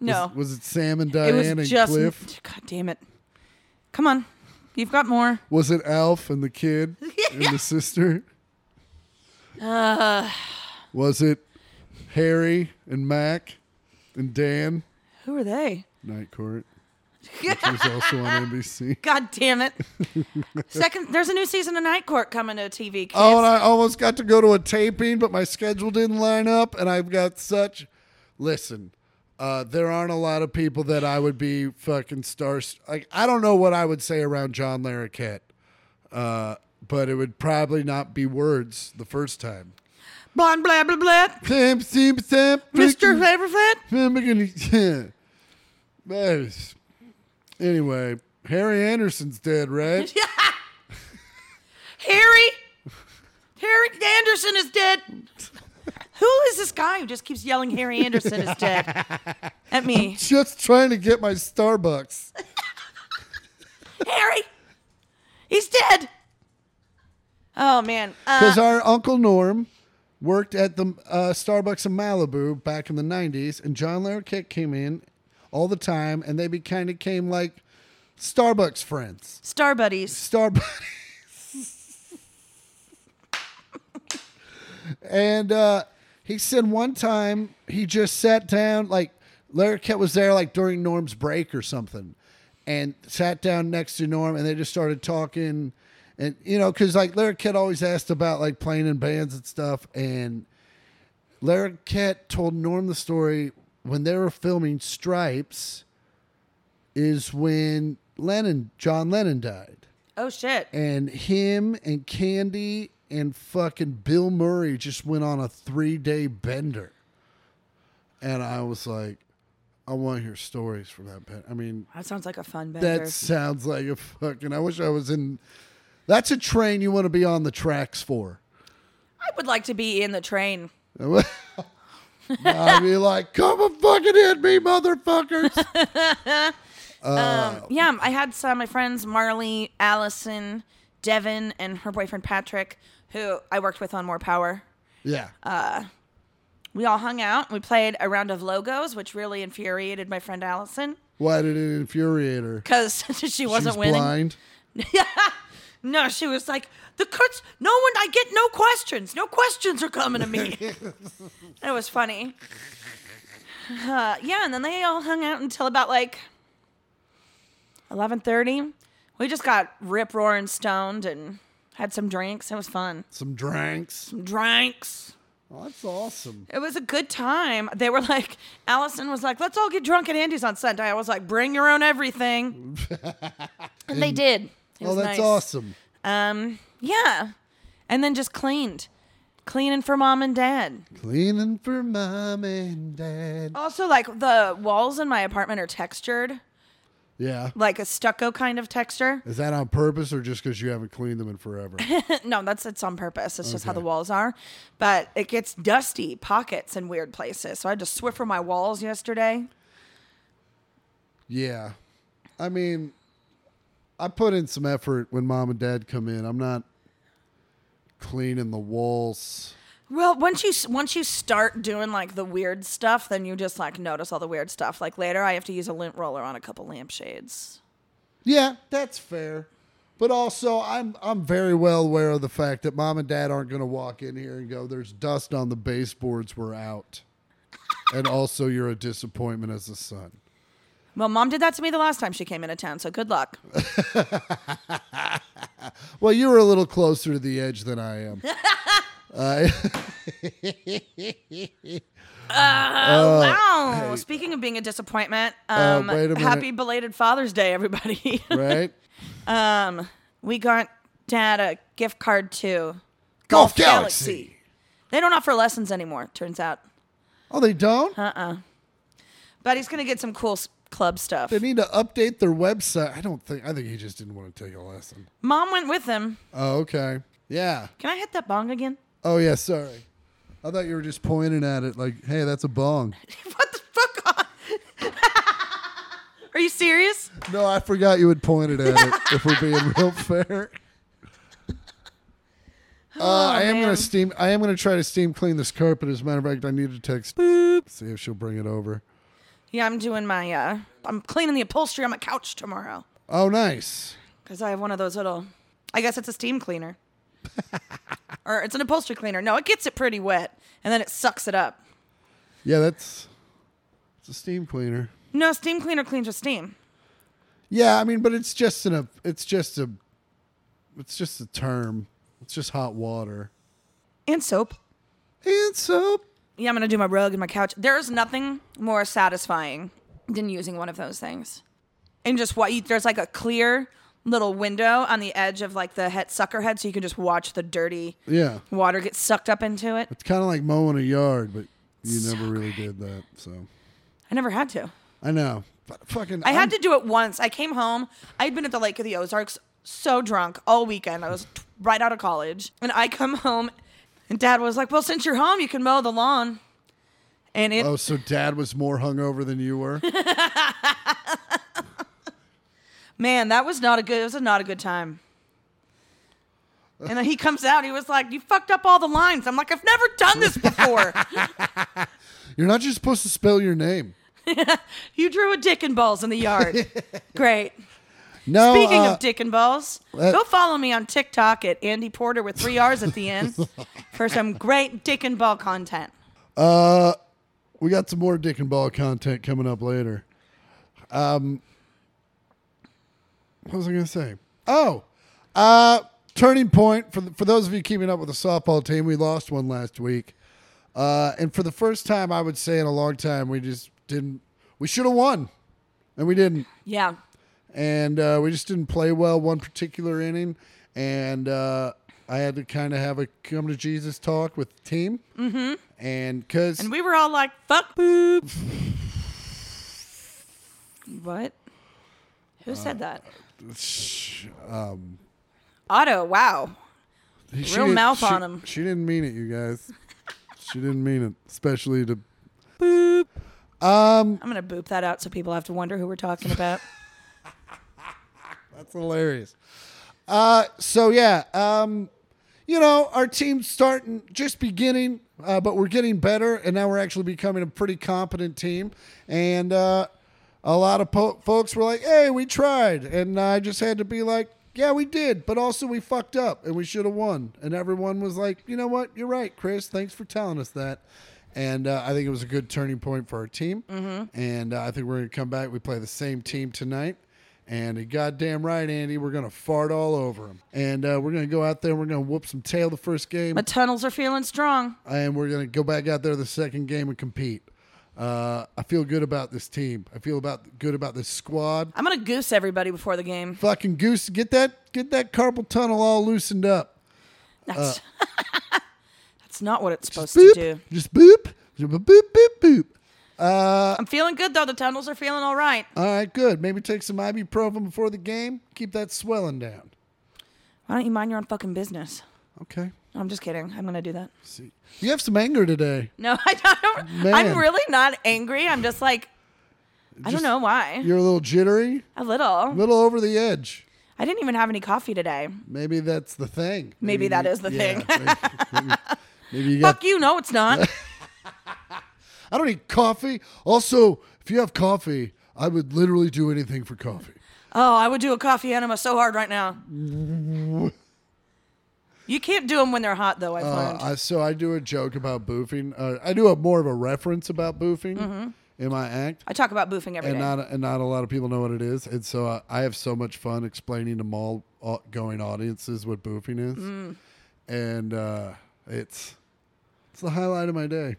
Speaker 1: no.
Speaker 2: Was, was it Sam and
Speaker 1: it
Speaker 2: Diane and
Speaker 1: was just.
Speaker 2: Cliff?
Speaker 1: God damn it! Come on, you've got more.
Speaker 2: Was it Alf and the kid and the sister? Was it Harry and Mac and Dan?
Speaker 1: Who are they?
Speaker 2: Night Court, which was also on NBC.
Speaker 1: God damn it! Second, there's a new season of Night Court coming to TV. Kids.
Speaker 2: Oh, and I almost got to go to a taping, but my schedule didn't line up, and I've got such. Listen, uh, there aren't a lot of people that I would be fucking stars. Like I don't know what I would say around John Larroquette, uh, but it would probably not be words the first time.
Speaker 1: Blonde, blah, blah, blah.
Speaker 2: Sam, Sam, Sam,
Speaker 1: Mr.
Speaker 2: freaking-
Speaker 1: Flavor Flat.
Speaker 2: Sam, freaking- yeah. That is- Anyway, Harry Anderson's dead, right?
Speaker 1: Harry. Harry Anderson is dead. Who is this guy who just keeps yelling Harry Anderson is dead at me?
Speaker 2: Just trying to get my Starbucks.
Speaker 1: Harry, he's dead. Oh man, uh,
Speaker 2: Because our Uncle Norm worked at the uh, Starbucks in Malibu back in the 90s, and John Larroquette came in all the time, and they be, kind of came like Starbucks friends.
Speaker 1: Star Buddies.
Speaker 2: Star and uh, he said one time he just sat down, like Larroquette was there, like during Norm's break or something, and sat down next to Norm, and they just started talking, and you know, because like Larroquette always asked about like playing in bands and stuff, and Larroquette told Norm the story when they were filming Stripes, is when Lennon, John Lennon died
Speaker 1: Oh shit.
Speaker 2: and him and Candy and fucking Bill Murray just went on a three day bender. And I was like, I want to hear stories from that band. I mean,
Speaker 1: That sounds like a fun bender.
Speaker 2: that sounds like a fucking. I wish I was in. That's a train you want to be on the tracks for.
Speaker 1: I would like to be in the train.
Speaker 2: I'd be like, come and fucking hit me, motherfuckers.
Speaker 1: Um, yeah, I had some my friends Marley, Allison, Devin, and her boyfriend Patrick, who I worked with on More Power.
Speaker 2: yeah.
Speaker 1: We all hung out. We played a round of logos, which really infuriated my friend Allison
Speaker 2: Why did it infuriate her?
Speaker 1: because she wasn't
Speaker 2: She's
Speaker 1: winning.
Speaker 2: blind.
Speaker 1: No, she was like, the cuts, no one, I get no questions. No questions are coming to me. it was funny. Uh, yeah, and then they all hung out until about like 11.30. We just got rip-roaring stoned and had some drinks. It was fun.
Speaker 2: Some drinks.
Speaker 1: Drinks.
Speaker 2: Oh, that's awesome.
Speaker 1: It was a good time. They were like, Allison was like, let's all get drunk at Andy's on Sunday. I was like, bring your own everything. and they did. It
Speaker 2: oh,
Speaker 1: was
Speaker 2: that's
Speaker 1: nice.
Speaker 2: awesome.
Speaker 1: Um, yeah. And then just cleaned. Cleaning for mom and dad.
Speaker 2: Cleaning for mom and dad.
Speaker 1: Also, like the walls in my apartment are textured,
Speaker 2: Yeah.
Speaker 1: like a stucco kind of texture.
Speaker 2: Is that on purpose or just because you haven't cleaned them in forever?
Speaker 1: no, that's it's on purpose. It's just how
Speaker 2: Okay.
Speaker 1: the walls are. But it gets dusty pockets in weird places. So I had to swiffer my walls yesterday.
Speaker 2: yeah. I mean, I put in some effort when mom and dad come in. I'm not cleaning the walls.
Speaker 1: Well, once you once you start doing like the weird stuff, then you just like notice all the weird stuff. Like later, I have to use a lint roller on a couple lampshades.
Speaker 2: Yeah, that's fair. But also, I'm I'm very well aware of the fact that mom and dad aren't going to walk in here and go, "There's dust on the baseboards. We're out." and also, you're a disappointment as a son.
Speaker 1: Well, mom did that to me the last time she came into town, so good luck.
Speaker 2: Well, you were a little closer to the edge than I am. I-
Speaker 1: wow. Speaking of being a disappointment, um,
Speaker 2: Uh, wait a
Speaker 1: happy
Speaker 2: minute.
Speaker 1: belated Father's Day, everybody.
Speaker 2: right?
Speaker 1: um, we got dad a gift card to
Speaker 2: Golf Galaxy.
Speaker 1: They don't offer lessons anymore, it turns out.
Speaker 2: Oh, they don't.
Speaker 1: But he's going to get some cool s- club stuff.
Speaker 2: They need to update their website. I don't think. I think he just didn't want to take a lesson.
Speaker 1: Mom went with him.
Speaker 2: Oh, okay. Yeah.
Speaker 1: Can I hit that bong again?
Speaker 2: Oh, yeah. Sorry. I thought you were just pointing at it like, "Hey, that's a bong."
Speaker 1: what the fuck? Are you serious?
Speaker 2: No, I forgot you had pointed at it. if we're being real fair. Uh, I am
Speaker 1: man.
Speaker 2: gonna steam. I am gonna try to steam clean this carpet. As a matter of fact, I need to text. See if she'll bring it over.
Speaker 1: Yeah, I'm doing my, uh, I'm cleaning the upholstery on my couch tomorrow
Speaker 2: Oh, nice.
Speaker 1: because I have one of those little, I guess it's a steam cleaner. or it's an upholstery cleaner. No, it gets it pretty wet and then it sucks it up.
Speaker 2: Yeah, that's it's a steam cleaner.
Speaker 1: No, steam cleaner cleans with steam.
Speaker 2: Yeah, I mean, but it's just an a, it's just a it's just a term. It's just hot water
Speaker 1: and soap.
Speaker 2: and soap.
Speaker 1: Yeah, I'm gonna do my rug and my couch. There is nothing more satisfying than using one of those things. And just what you, there's like a clear little window on the edge of like the head sucker head, so you can just watch the dirty
Speaker 2: Yeah,
Speaker 1: water get sucked up into it.
Speaker 2: it's kind of like mowing a yard, but you never really did that. So
Speaker 1: I never had to.
Speaker 2: I know. But fucking,
Speaker 1: I had to do it once. I came home. I'd been at the Lake of the Ozarks so drunk all weekend. I was t- right out of college. And I come home, and dad was like, Well, since you're home, you can mow the lawn. And it
Speaker 2: Oh, so dad was more hungover than you were.
Speaker 1: Man, that was not a good. It was a not a good time. And then he comes out. He was like, "You fucked up all the lines." I'm like, "I've never done this before."
Speaker 2: You're not just supposed to spell your name.
Speaker 1: you drew a dick and balls in the yard. Great.
Speaker 2: No.
Speaker 1: Speaking
Speaker 2: uh,
Speaker 1: of dick and balls,
Speaker 2: uh,
Speaker 1: go follow me on TikTok at Andy Porter with three R's at the end for some great dick and ball content.
Speaker 2: uh, we got some more dick and ball content coming up later. Um, what was I gonna say? Oh, uh, turning point for for those of you keeping up with the softball team, we lost one last week, uh, and for the first time, I would say in a long time, we just didn't. We should have won, and we didn't.
Speaker 1: Yeah,
Speaker 2: and uh, we just didn't play well one particular inning. And uh, I had to kind of have a come to Jesus talk with the team. Mm-hmm. And because
Speaker 1: and we were all like, "Fuck boop." what? Who said
Speaker 2: Uh,
Speaker 1: that?
Speaker 2: um,
Speaker 1: Otto. Wow. real mouth on him.
Speaker 2: She didn't mean it, you guys. she didn't mean it, especially to.
Speaker 1: I'm gonna boop that out so people have to wonder who we're talking about.
Speaker 2: That's hilarious. Uh, so yeah, um, you know, our team's starting, just beginning, uh, but we're getting better, and now we're actually becoming a pretty competent team. And uh, a lot of po- folks were like, "Hey, we tried," and I just had to be like, "Yeah, we did, but also we fucked up, and we should have won." And everyone was like, "You know what? You're right, Chris. Thanks for telling us that." And uh, I think it was a good turning point for our team. And uh, I think we're going to come back. We play the same team tonight. And he goddamn right, Andy, we're going to fart all over him. And uh, we're going to go out there and we're going to whoop some tail the first game.
Speaker 1: My tunnels are feeling strong.
Speaker 2: and we're going to go back out there the second game and compete. Uh, I feel good about this team. I feel about good about this squad.
Speaker 1: I'm gonna goose everybody before the game.
Speaker 2: Fucking goose, get that get that carpal tunnel all loosened up.
Speaker 1: That's that's not what it's supposed to
Speaker 2: Boop,
Speaker 1: do.
Speaker 2: Uh. just boop, boop, boop, boop, boop.
Speaker 1: I'm feeling good though. The tunnels are feeling all right.
Speaker 2: All right, good. Maybe take some ibuprofen before the game. Keep that swelling down.
Speaker 1: Why don't you mind your own fucking business?
Speaker 2: Okay.
Speaker 1: No, I'm just kidding. I'm gonna do that.
Speaker 2: See, you have some anger today.
Speaker 1: No, I don't.
Speaker 2: Man.
Speaker 1: I'm really not angry. I'm just like, I don't
Speaker 2: Just-
Speaker 1: know why.
Speaker 2: You're a little jittery,
Speaker 1: A little.
Speaker 2: a little over the edge.
Speaker 1: I didn't even have any coffee today.
Speaker 2: Maybe that's the thing.
Speaker 1: Maybe that is the
Speaker 2: yeah,
Speaker 1: thing.
Speaker 2: maybe, maybe- maybe you
Speaker 1: Fuck
Speaker 2: got.
Speaker 1: you. No, it's not.
Speaker 2: I don't need coffee. Also, if you have coffee, I would literally do anything for coffee.
Speaker 1: Oh, I would do a coffee enema so hard right now. You can't do them when they're hot, though. I
Speaker 2: Uh,
Speaker 1: find.
Speaker 2: I, so I do a joke about boofing. Uh, I do a more of a reference about boofing
Speaker 1: Mm-hmm.
Speaker 2: in my act.
Speaker 1: I talk about boofing every day.
Speaker 2: and not and not a lot of people know what it is. And so uh, I, I have so much fun explaining to mall au- going audiences what boofing is,
Speaker 1: Mm.
Speaker 2: and uh, it's it's the highlight of my day.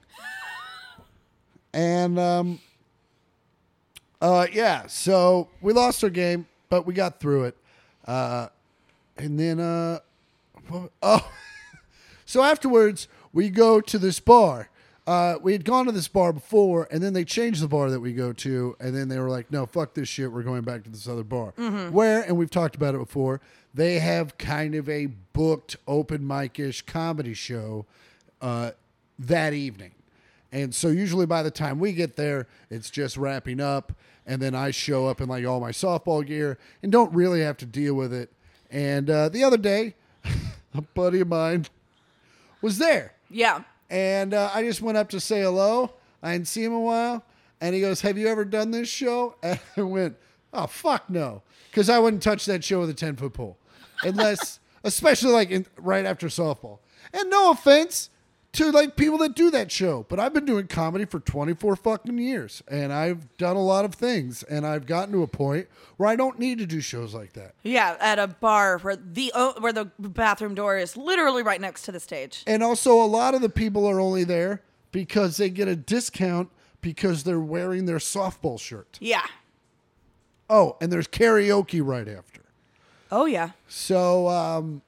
Speaker 2: and um, uh, yeah, so we lost our game, but we got through it. Uh, and then uh, what- oh. So afterwards, we go to this bar. Uh, we had gone to this bar before, and then they changed the bar that we go to, and then they were like, "No, fuck this shit. We're going back to this other bar." Where, and we've talked about it before, they have kind of a booked open mic ish comedy show uh, that evening, and so usually by the time we get there, it's just wrapping up, and then I show up in like all my softball gear and don't really have to deal with it. And uh, the other day, a buddy of mine was there.
Speaker 1: yeah.
Speaker 2: And uh, I just went up to say hello. I hadn't seen him a while. And he goes, Have you ever done this show? And I went, Oh, fuck no. Because I wouldn't touch that show with a 10 foot pole. Unless, especially like in, right after softball. And no offense to like people that do that show, but I've been doing comedy for 24 fucking years. And I've done a lot of things. And I've gotten to a point where I don't need to do shows like that.
Speaker 1: Yeah, at a bar where the o- where the bathroom door is literally right next to the stage.
Speaker 2: And also, a lot of the people are only there because they get a discount because they're wearing their softball shirt.
Speaker 1: Yeah.
Speaker 2: Oh, and there's karaoke right after.
Speaker 1: Oh yeah.
Speaker 2: So, um,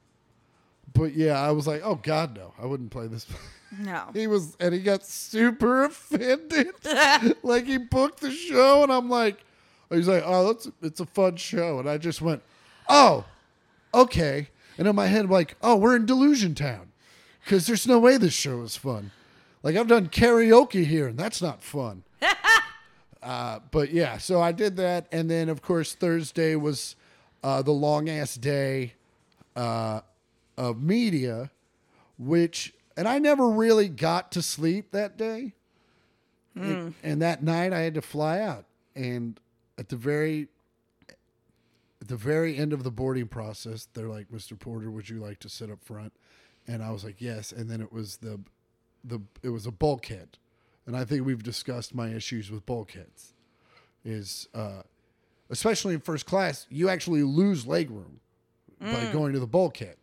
Speaker 2: but yeah, I was like, oh God, no, I wouldn't play this.
Speaker 1: No.
Speaker 2: he was, and he got super offended. like he booked the show, and I'm like, he's like, oh, that's it's a fun show, and I just went, oh, okay. And in my head, I'm like, oh, we're in Delusion Town, because there's no way this show is fun. Like I've done karaoke here, and that's not fun. uh, but yeah, so I did that, and then of course Thursday was uh, the long ass day uh, of media, which and I never really got to sleep that day. And, and that night I had to fly out. And at the very at the very end of the boarding process, they're like, "Mr. Porter, would you like to sit up front?" And I was like, "Yes." And then it was the the it was a bulkhead. And I think we've discussed my issues with bulkheads is uh especially in first class, you actually lose legroom by going to the bulkhead.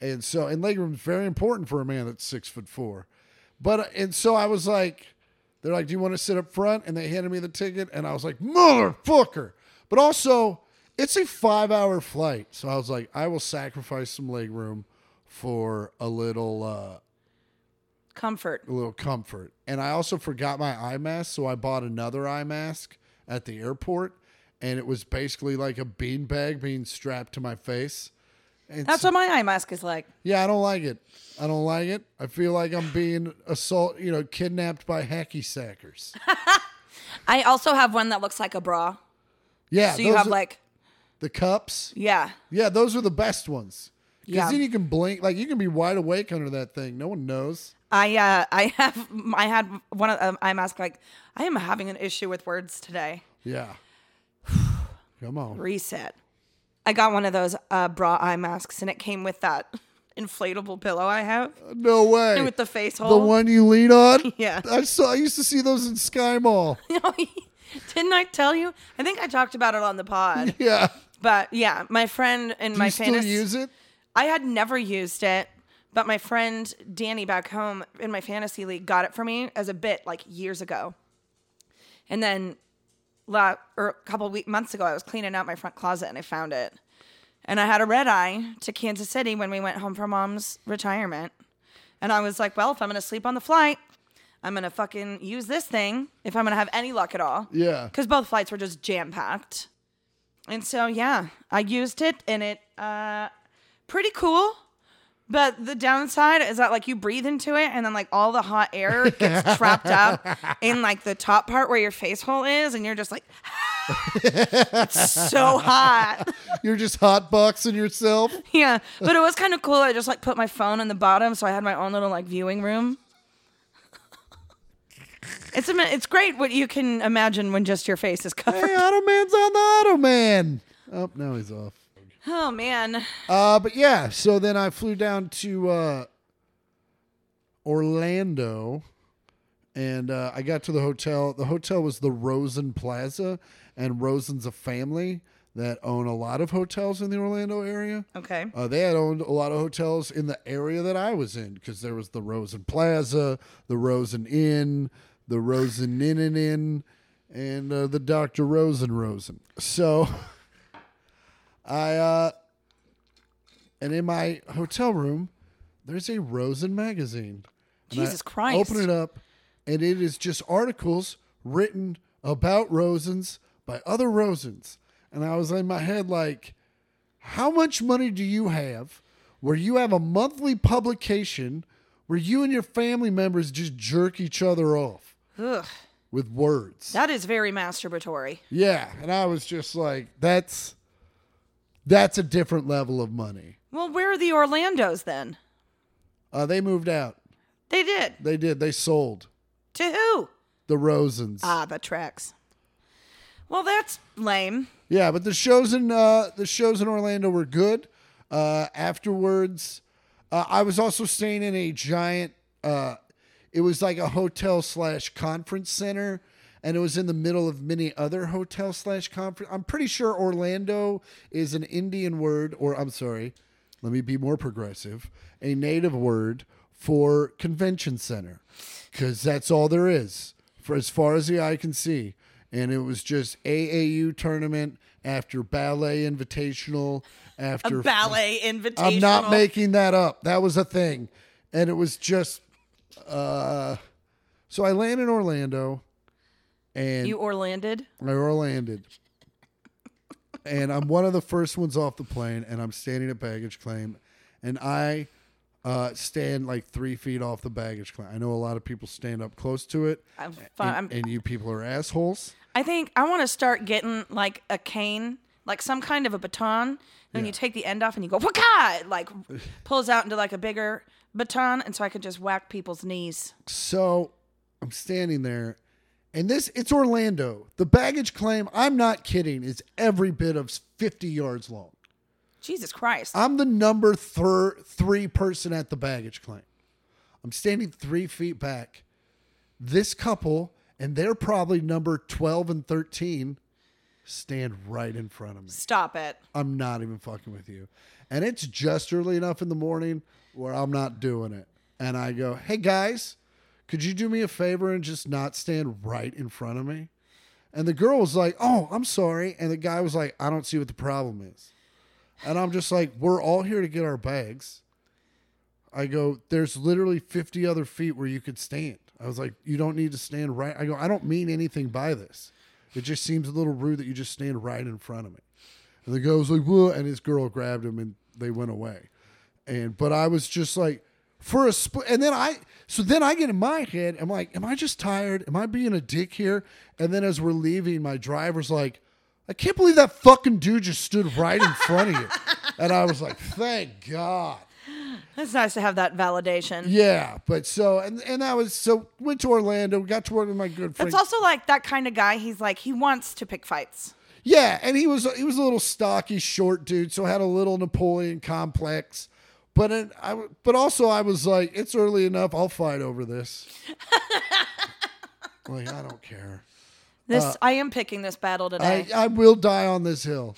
Speaker 2: And so, and legroom is very important for a man that's six foot four. But, uh, and so I was like, they're like, do you want to sit up front? And they handed me the ticket. And I was like, motherfucker. But also, it's a five hour flight. So I was like, I will sacrifice some legroom for a little, uh,
Speaker 1: Comfort.
Speaker 2: a little comfort. And I also forgot my eye mask, so I bought another eye mask at the airport, and it was basically like a beanbag being strapped to my face. And
Speaker 1: That's
Speaker 2: so-
Speaker 1: what my eye mask is like.
Speaker 2: yeah, I don't like it. I don't like it. I feel like I'm being assault, you know, kidnapped by hacky sackers.
Speaker 1: I also have one that looks like a bra.
Speaker 2: Yeah,
Speaker 1: So you
Speaker 2: those
Speaker 1: have
Speaker 2: are-
Speaker 1: like
Speaker 2: the cups.
Speaker 1: yeah.
Speaker 2: Yeah, those are the best ones
Speaker 1: Yeah.
Speaker 2: Because then you can blink, like you can be wide awake under that thing. No one knows.
Speaker 1: I uh, I have I had one of um, I mask like I am having an issue with words today.
Speaker 2: Yeah. Come on.
Speaker 1: Reset. I got one of those uh, bra eye masks, and it came with that inflatable pillow I have
Speaker 2: No way.
Speaker 1: with the face
Speaker 2: The
Speaker 1: hole.
Speaker 2: one you lean on.
Speaker 1: Yeah.
Speaker 2: I saw. I used to see those in Sky Mall.
Speaker 1: Didn't I tell you? I think I talked about it on the pod.
Speaker 2: Yeah.
Speaker 1: but yeah, my friend and
Speaker 2: Do
Speaker 1: my
Speaker 2: you still
Speaker 1: fantasy.
Speaker 2: use it?
Speaker 1: I had never used it, but my friend Danny back home in my fantasy league got it for me as a bit like years ago. And then la- or a couple of week- months ago, I was cleaning out my front closet and I found it. And I had a red eye to Kansas City when we went home for mom's retirement. And I was like, well, if I'm going to sleep on the flight, I'm going to fucking use this thing if I'm going to have any luck at all
Speaker 2: Yeah.
Speaker 1: because both flights were just jam packed. And so yeah, I used it and it uh pretty cool. But the downside is that like you breathe into it and then like all the hot air gets trapped up in like the top part where your face hole is and you're just like "Ah!" it's so hot.
Speaker 2: You're just hotboxing yourself.
Speaker 1: yeah. But it was kind of cool. I just like put my phone in the bottom so I had my own little like viewing room. It's ama- it's great what you can imagine when just your face is covered.
Speaker 2: Hey, Ottoman's on the Ottoman. Oh, now he's off.
Speaker 1: Oh man.
Speaker 2: Uh, but yeah, so then I flew down to uh, Orlando, and uh, I got to the hotel. The hotel was the Rosen Plaza, and Rosen's a family that own a lot of hotels in the Orlando area.
Speaker 1: Okay.
Speaker 2: Uh, they had owned a lot of hotels in the area that I was in because there was the Rosen Plaza, the Rosen Inn, the Rosen Inn and Inn, and uh, the Dr. Rosen Rosen. So I, uh, and in my hotel room, there's a Rosen magazine. And I
Speaker 1: Jesus Christ.
Speaker 2: Open it up, and it is just articles written about Rosens by other Rosens. And I was in my head like, how much money do you have where you have a monthly publication where you and your family members just jerk each other off
Speaker 1: Ugh,
Speaker 2: with words?
Speaker 1: that is very masturbatory.
Speaker 2: yeah, and I was just like, that's that's a different level of money.
Speaker 1: Well, where are the Orlandos then?
Speaker 2: Uh, they moved out.
Speaker 1: They did.
Speaker 2: They did. They sold
Speaker 1: To who?
Speaker 2: the Rosens.
Speaker 1: Ah, the tracks. Well, that's lame.
Speaker 2: Yeah, but the shows in uh, the shows in Orlando were good. Uh, afterwards, uh, I was also staying in a giant. Uh, it was like a hotel slash conference center, and it was in the middle of many other hotel slash conference. I'm pretty sure Orlando is an Indian word, or I'm sorry, let me be more progressive, a native word for convention center, because that's all there is for as far as the eye can see. And it was just AAU tournament after ballet invitational
Speaker 1: A
Speaker 2: after
Speaker 1: ballet invitation.
Speaker 2: I'm not making that up. That was a thing. And it was just uh so I land in Orlando and
Speaker 1: You Orlanded?
Speaker 2: I landed. And I'm one of the first ones off the plane, and I'm standing at baggage claim, and I uh, stand like three feet off the baggage claim. I know a lot of people stand up close to it,
Speaker 1: I'm fine. I'm,
Speaker 2: and, and you people are assholes.
Speaker 1: I think I want to start getting like a cane, like some kind of a baton. Then you take the end off and you go, waka! It like pulls out into like a bigger baton. And so I could just whack people's knees.
Speaker 2: So I'm standing there, and this it's Orlando. The baggage claim, I'm not kidding, is every bit of 50 yards long.
Speaker 1: Jesus Christ.
Speaker 2: I'm the number thir- three person at the baggage claim. I'm standing three feet back. This couple, and they're probably number 12 and 13, stand right in front of me.
Speaker 1: Stop it.
Speaker 2: I'm not even fucking with you. And it's just early enough in the morning where I'm not doing it. And I go, hey guys, could you do me a favor and just not stand right in front of me? And the girl was like, oh, I'm sorry. And the guy was like, I don't see what the problem is. And I'm just like, we're all here to get our bags. I go, there's literally 50 other feet where you could stand. I was like, you don't need to stand right. I go, I don't mean anything by this. It just seems a little rude that you just stand right in front of me. And the guy was like, "Whoa!" And his girl grabbed him, and they went away. And but I was just like, for a split. And then I, so then I get in my head, I'm like, "Am I just tired? Am I being a dick here?" And then as we're leaving, my driver's like, "I can't believe that fucking dude just stood right in front of you." And I was like, thank God.
Speaker 1: It's nice to have that validation.
Speaker 2: Yeah, but so and and that was so went to Orlando, got to work with my good friend.
Speaker 1: It's also like that kind of guy. He's like he wants to pick fights.
Speaker 2: yeah, and he was he was a little stocky, short dude, so had a little Napoleon complex. But it, I w- but also I was like, it's early enough. I'll fight over this. like I don't care.
Speaker 1: This I am picking this battle
Speaker 2: Uh, I,
Speaker 1: today.
Speaker 2: I will die on this hill.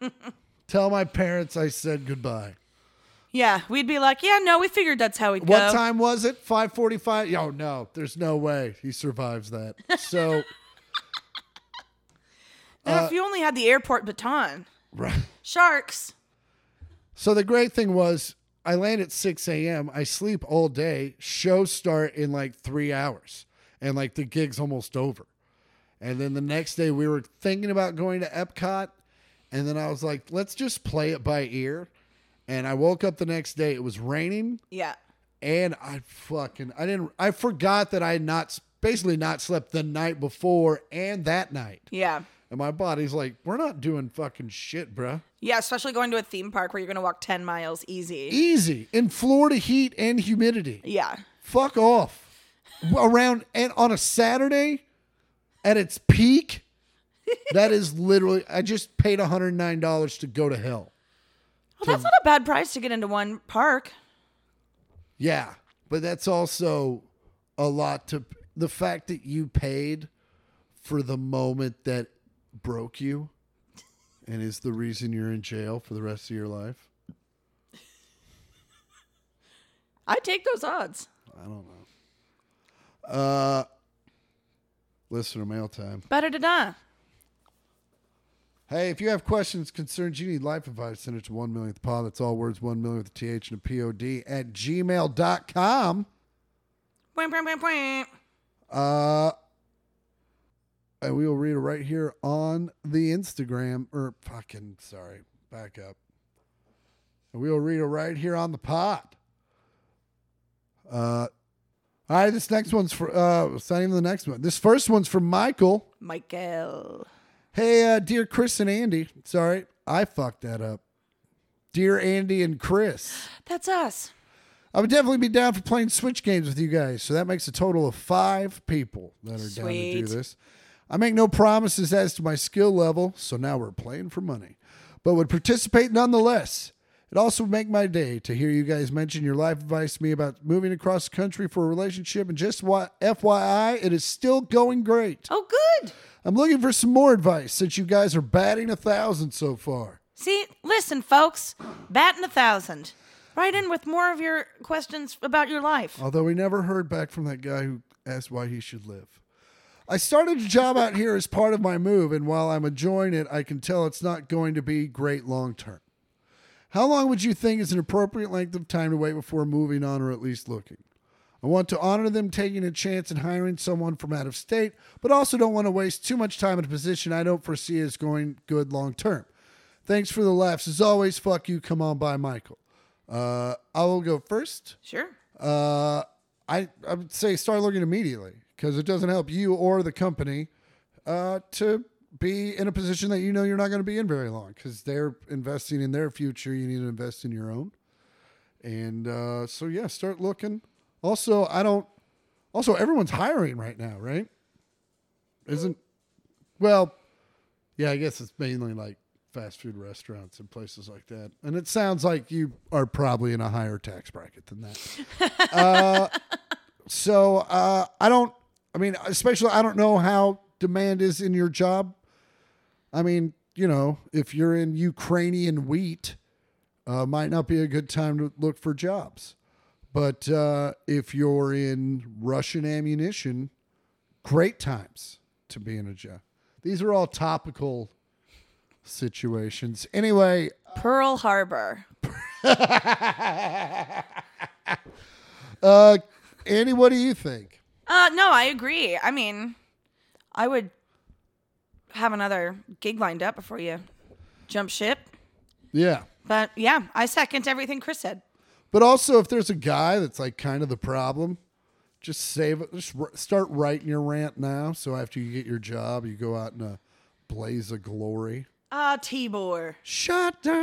Speaker 2: Tell my parents I said goodbye.
Speaker 1: yeah, we'd be like, yeah, no, we figured that's how we'd
Speaker 2: What
Speaker 1: go.
Speaker 2: time was it? 5:45. Oh no, there's no way he survives that. So
Speaker 1: Now,
Speaker 2: uh,
Speaker 1: if you only had the airport baton,
Speaker 2: right.
Speaker 1: sharks.
Speaker 2: So the great thing was I land at 6 a.m. I sleep all day. Shows start in like three hours. And like the gig's almost over. And then the next day we were thinking about going to Epcot. And then I was like, let's just play it by ear. And I woke up the next day. It was raining.
Speaker 1: Yeah,
Speaker 2: And I fucking I didn't I forgot that I had not basically not slept the night before and that night.
Speaker 1: yeah,
Speaker 2: And my body's like, we're not doing fucking shit, bruh.
Speaker 1: yeah. Especially going to a theme park where you're gonna walk ten miles easy.
Speaker 2: Easy in Florida heat and humidity.
Speaker 1: Yeah,
Speaker 2: Fuck off. Around and on a Saturday at its peak, that is literally I just paid $109 to go to hell.
Speaker 1: well, that's not a bad price to get into one park.
Speaker 2: Yeah. But that's also a lot to the fact that you paid for the moment that broke you and is the reason you're in jail for the rest of your life.
Speaker 1: I take those odds.
Speaker 2: I don't know. Uh listener mail time.
Speaker 1: Better to die.
Speaker 2: Hey, if you have questions, concerns, you need life advice, send it to 1 millionth pod. That's all words, 1 million with a TH and a POD at gmail.com.
Speaker 1: Wham, wham, wham, wham.
Speaker 2: Uh, and we will read it right here on the Instagram, or fucking, sorry, back up. And we will read it right here on the pod. Uh, all right, this next one's for, uh, it's not even the next one. This first one's for Michael.
Speaker 1: Michael.
Speaker 2: Hey, uh, dear Chris and Andy. Sorry, I fucked that up. Dear Andy and Chris,
Speaker 1: That's us.
Speaker 2: I would definitely be down for playing Switch games with you guys. So that makes a total of five people that are down to do
Speaker 1: Sweet.
Speaker 2: this. I make no promises as to my skill level, so now we're playing for money, but would participate nonetheless. It also would make my day to hear you guys mention your life advice to me about moving across the country for a relationship. And just why, FYI, it is still going great.
Speaker 1: Oh, good.
Speaker 2: I'm looking for some more advice since you guys are batting a thousand so far.
Speaker 1: See, listen, folks, batting a thousand. Write in with more of your questions about your life.
Speaker 2: Although we never heard back from that guy who asked why he should live. I started a job out here as part of my move, and while I'm enjoying it, I can tell it's not going to be great long term. How long would you think is an appropriate length of time to wait before moving on or at least looking? I want to honor them taking a chance and hiring someone from out of state, but also don't want to waste too much time in a position I don't foresee as going good long term. Thanks for the laughs. As always, fuck you. Come on by, Michael. Uh, I will go first.
Speaker 1: Sure.
Speaker 2: Uh, I, I would say start looking immediately because it doesn't help you or the company uh, to be in a position that you know you're not going to be in very long because they're investing in their future. You need to invest in your own. And uh, so, yeah, start looking. Also, I don't, also, everyone's hiring right now, right? Isn't, well, yeah, I guess it's mainly like fast food restaurants and places like that. And it sounds like you are probably in a higher tax bracket than that. So uh, I don't. I mean, especially I don't know how demand is in your job. I mean, you know, if you're in Ukrainian wheat, uh, might not be a good time to look for jobs. But uh, if you're in Russian ammunition, great times to be in a job. These are all topical situations. Anyway,
Speaker 1: Pearl Harbor.
Speaker 2: uh, Andy, what do you think?
Speaker 1: Uh, no, I agree. I mean, I would have another gig lined up before you jump ship.
Speaker 2: Yeah.
Speaker 1: But yeah, I second everything Chris said.
Speaker 2: But also, if there's a guy that's like kind of the problem, just save it. Just r- start writing your rant now. So after you get your job, you go out in a blaze of glory.
Speaker 1: Ah, Tibor.
Speaker 2: Shut down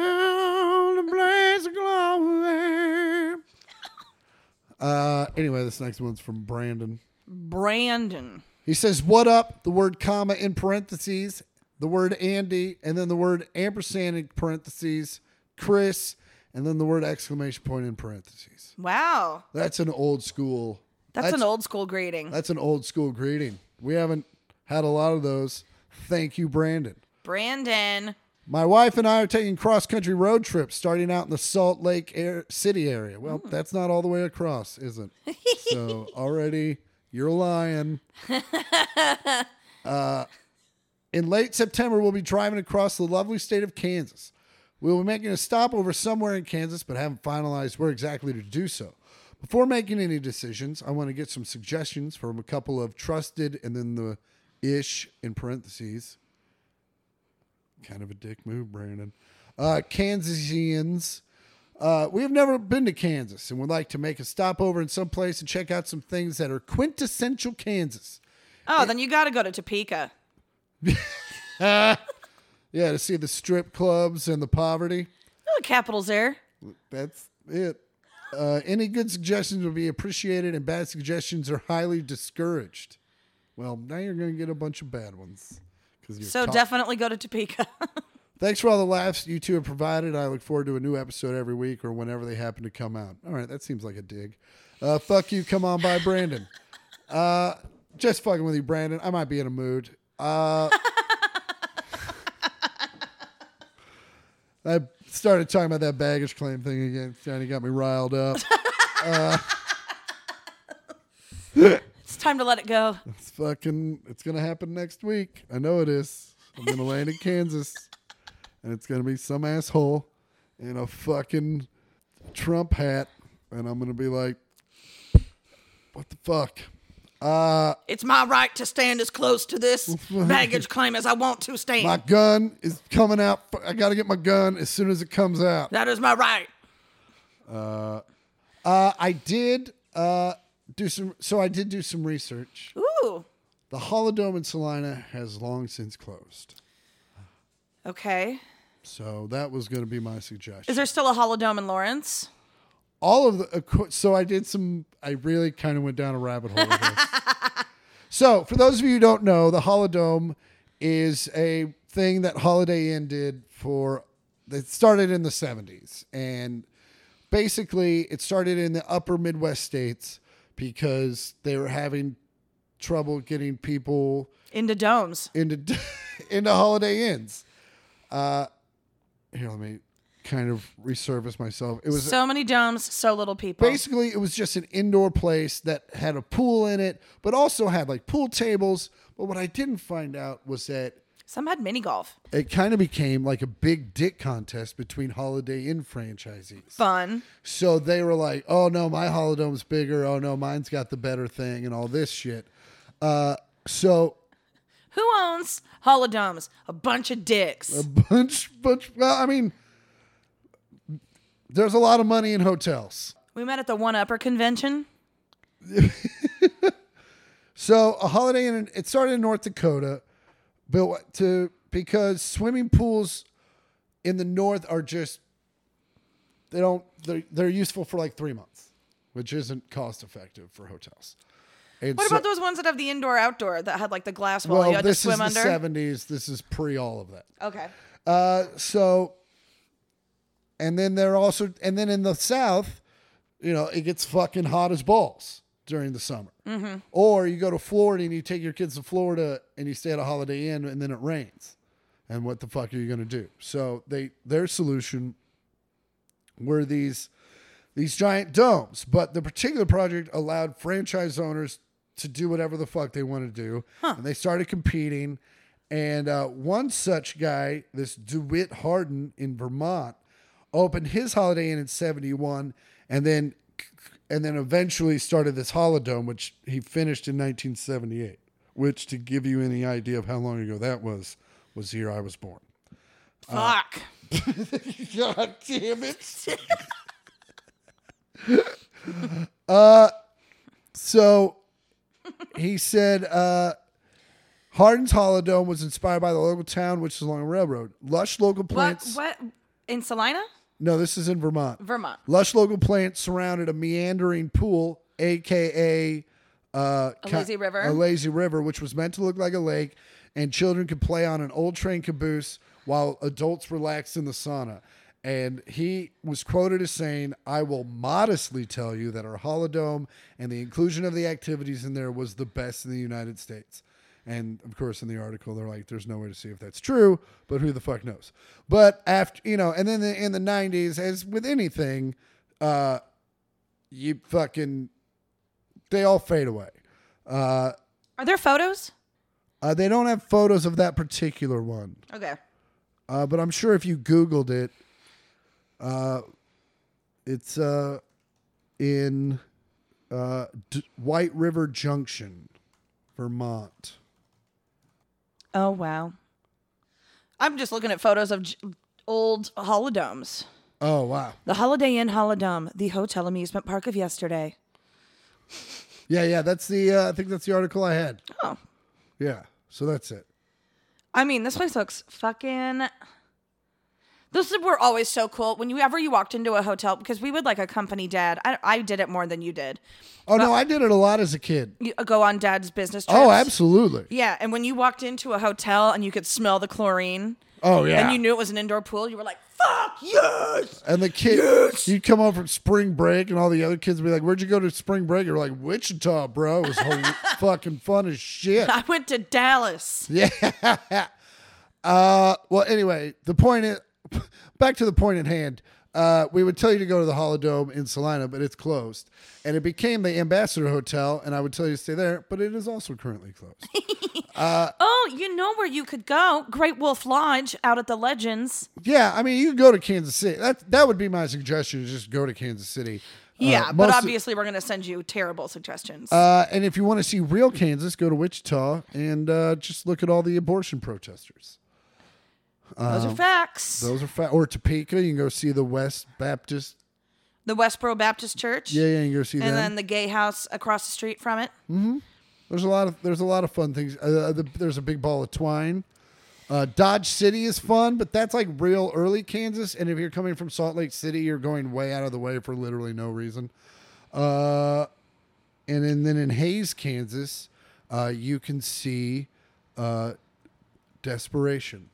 Speaker 2: the blaze of glory. Uh, anyway, this next one's from Brandon.
Speaker 1: Brandon.
Speaker 2: He says, What up? The word comma in parentheses, the word Andy, and then the word ampersand in parentheses, Chris, and then the word exclamation point in parentheses.
Speaker 1: Wow.
Speaker 2: That's an old school.
Speaker 1: That's, an old school greeting.
Speaker 2: That's an old school greeting. We haven't had a lot of those. Thank you, Brandon.
Speaker 1: Brandon.
Speaker 2: My wife and I are taking cross country road trips, starting out in the Salt Lake air, City area. Well, that's not all the way across, is it? so already you're lying. uh, in late September, we'll be driving across the lovely state of Kansas. We'll be making a stopover somewhere in Kansas, but haven't finalized where exactly to do so. Before making any decisions, I want to get some suggestions from a couple of trusted and then the ish in parentheses kind of a dick move, Brandon. Uh, Kansasians. Uh, we have never been to Kansas and would like to make a stopover in some place and check out some things that are quintessential Kansas.
Speaker 1: Oh, then you got to go to Topeka.
Speaker 2: Yeah, to see the strip clubs and the poverty.
Speaker 1: Oh, the capital's there.
Speaker 2: That's it. Uh, any good suggestions would be appreciated, and bad suggestions are highly discouraged. Well, now you're going to get a bunch of bad ones. 'cause you're
Speaker 1: So
Speaker 2: talking-
Speaker 1: definitely go to Topeka.
Speaker 2: Thanks for all the laughs you two have provided. I look forward to a new episode every week or whenever they happen to come out. All right, that seems like a dig. Uh, fuck you. Come on by, Brandon. Uh, just fucking with you, Brandon. I might be in a mood. Uh, I started talking about that baggage claim thing again. Kind of got me riled up.
Speaker 1: it's time to let it go.
Speaker 2: It's fucking. It's gonna happen next week. I know it is. I'm gonna land in Kansas, and it's gonna be some asshole in a fucking Trump hat, and I'm gonna be like, "What the fuck?" Uh,
Speaker 1: It's my right to stand as close to this baggage claim as I want to stand.
Speaker 2: my gun is coming out. Fu- I gotta get my gun as soon as it comes out.
Speaker 1: that is my right.
Speaker 2: Uh, I did uh do some. So I did do some research.
Speaker 1: Ooh.
Speaker 2: The Holodome in Salina has long since closed.
Speaker 1: Okay.
Speaker 2: So that was gonna be my suggestion.
Speaker 1: Is there still a Holodome in Lawrence?
Speaker 2: all of the of course- so I did some I really kind of went down a rabbit hole. with this. so for those of you who don't know, the Holodome is a thing that Holiday Inn did for that started in the seventies and basically it started in the upper Midwest states because they were having trouble getting people
Speaker 1: Into domes.
Speaker 2: into into Holiday Inns. Uh, here, let me kind of resurface myself. It was
Speaker 1: So many domes, so little people.
Speaker 2: basically it was just an indoor place that had a pool in it but also had like pool tables but what i didn't find out was that
Speaker 1: Some had mini golf.
Speaker 2: it kind of became like a big dick contest between holiday inn franchisees
Speaker 1: Fun.
Speaker 2: so they were like oh no my holodome's bigger oh no mine's got the better thing and all this shit uh, so
Speaker 1: Who owns holodomes? A bunch of dicks.
Speaker 2: a bunch bunch well i mean there's a lot of money in hotels
Speaker 1: We met at the One Upper convention.
Speaker 2: So a Holiday Inn. It started in North Dakota, but to because swimming pools in the north are just they don't they're, they're useful for like three months, which isn't cost effective for hotels. And
Speaker 1: What
Speaker 2: so-
Speaker 1: about those ones that have the indoor outdoor that had like the glass wall
Speaker 2: Well,
Speaker 1: you had to
Speaker 2: this
Speaker 1: swim
Speaker 2: is
Speaker 1: under?
Speaker 2: the seventies. This is pre all of that.
Speaker 1: Okay.
Speaker 2: Uh, so, and then they're also, and then in the South, you know, it gets fucking hot as balls during the summer. Or you go to Florida and you take your kids to Florida and you stay at a Holiday Inn and then it rains. And what the fuck are you going to do? So they their solution were these these giant domes, but the particular project allowed franchise owners to do whatever the fuck they want to do, and they started competing. And uh, one such guy, this DeWitt Harden in Vermont, opened his Holiday Inn in '71, and then and then eventually started this Holodome, which he finished in 1978. Which, to give you any idea of how long ago that was, was the year I was born. Uh,
Speaker 1: Fuck.
Speaker 2: God damn it. uh, so he said, uh, Hardin's Holodome was inspired by the local town, which is along the railroad. Lush local
Speaker 1: What?
Speaker 2: plants.
Speaker 1: What? In Salina,
Speaker 2: No, this is in Vermont.
Speaker 1: Vermont.
Speaker 2: Lush local plants surrounded a meandering pool, aka uh, a
Speaker 1: lazy river.
Speaker 2: a lazy river, which was meant to look like a lake, and children could play on an old train caboose while adults relaxed in the sauna. And he was quoted as saying, "I will modestly tell you that our holodome and the inclusion of the activities in there was the best in the United States." And of course, in the article, they're like, "There's no way to see if that's true," but who the fuck knows? But after you know, and then the, in the '90s, as with anything, uh, you fucking they all fade away. Uh,
Speaker 1: Are there photos?
Speaker 2: uh, they don't have photos of that particular one,
Speaker 1: Okay.
Speaker 2: uh, but I'm sure if you Googled it, uh, it's uh, in uh, D- White River Junction, Vermont.
Speaker 1: Oh wow. I'm just looking at photos of j- old holodomes.
Speaker 2: Oh wow,
Speaker 1: The Holiday Inn Holodome, the hotel amusement park of yesterday.
Speaker 2: yeah, yeah. That's the uh, I think that's the article I had.
Speaker 1: Oh,
Speaker 2: Yeah, so that's it.
Speaker 1: I mean, this place looks fucking. Those were always so cool. Whenever you walked into a hotel, because we would like accompany dad. I, I did it more than you did.
Speaker 2: Oh no, I did it a lot as a kid.
Speaker 1: You uh, go on dad's business trips.
Speaker 2: Oh, absolutely.
Speaker 1: Yeah, and when you walked into a hotel and you could smell the chlorine,
Speaker 2: Oh yeah.
Speaker 1: and you knew it was an indoor pool, you were like, "Fuck yes!"
Speaker 2: And the kid, you'd come home from spring break, and all the other kids would be like, "Where'd you go to spring break?" You're like, "Wichita, bro. It was whole fucking fun as shit."
Speaker 1: I went to Dallas.
Speaker 2: Uh, well, anyway, the point is, back to the point at hand. Uh, we would tell you to go to the Holodome in Salina, but it's closed, and it became the Ambassador Hotel. And I would tell you to stay there, but it is also currently closed.
Speaker 1: Oh, you know where you could go? Great Wolf Lodge out at the Legends.
Speaker 2: yeah, I mean, you can go to Kansas City. That that would be my suggestion: is just go to Kansas City. Uh,
Speaker 1: Yeah, but
Speaker 2: most-
Speaker 1: obviously we're gonna send you terrible suggestions.
Speaker 2: Uh, and if you want to see real Kansas, go to Wichita and uh, just look at all the abortion protesters.
Speaker 1: Those are facts.
Speaker 2: Those are fa- or Topeka. You can go see the West Baptist.
Speaker 1: the Westboro Baptist Church.
Speaker 2: Yeah, yeah, Mm, you can go see
Speaker 1: and
Speaker 2: them.
Speaker 1: then the gay house across the street from it.
Speaker 2: there's a lot of there's a lot of fun things. Uh, the, there's a big ball of twine. Uh, Dodge City is fun, but that's like real early Kansas. And if you're coming from Salt Lake City, you're going way out of the way for literally no reason. Uh, and, and then in Hayes, Kansas, uh, you can see uh, Desperation.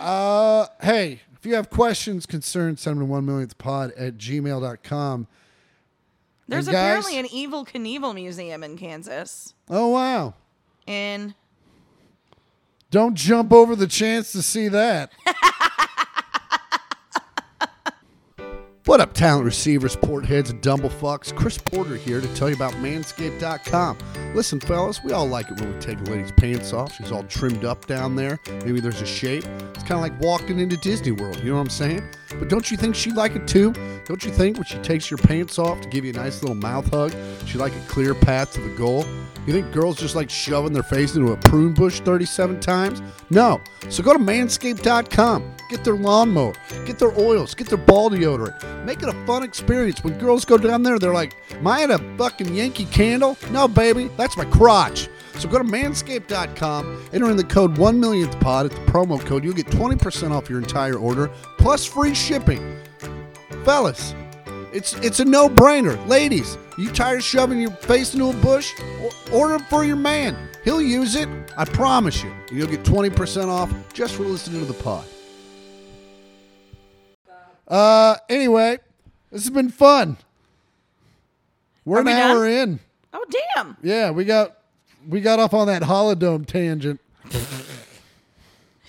Speaker 2: uh, hey, if you have questions, concerns, send them to 1 millionth pod at gmail.com.
Speaker 1: There's
Speaker 2: And guys-
Speaker 1: apparently an evil Knievel museum in Kansas.
Speaker 2: Oh, wow.
Speaker 1: In
Speaker 2: Don't jump over the chance to see that. what up, talent receivers, port heads, and dumblefucks? Chris Porter here to tell you about manscaped.com. Listen, fellas, we all like it when we take a lady's pants off. She's all trimmed up down there. Maybe there's a shape. It's kind of like walking into Disney World, you know what I'm saying? But don't you think she'd like it too? Don't you think when she takes your pants off to give you a nice little mouth hug, she'd like a clear path to the goal? You think girls just like shoving their face into a prune bush 37 times? No. So go to manscaped.com. Get their lawnmower, get their oils, get their ball deodorant. Make it a fun experience. When girls go down there, they're like, Am I at a fucking Yankee candle? No, baby, that's my crotch. So go to manscaped.com, enter in the code 1 millionth pod at the promo code. You'll get 20% off your entire order, plus free shipping fellas, it's it's a no-brainer. Ladies, you tired of shoving your face into a bush? O- Order it for your man. He'll use it. I promise you. And you'll get 20% off just for listening to the pod. Uh anyway, this has been fun. We're
Speaker 1: Are
Speaker 2: an
Speaker 1: we
Speaker 2: hour in.
Speaker 1: oh damn,
Speaker 2: Yeah, we got we got off on that holodome tangent.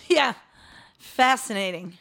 Speaker 1: yeah, fascinating.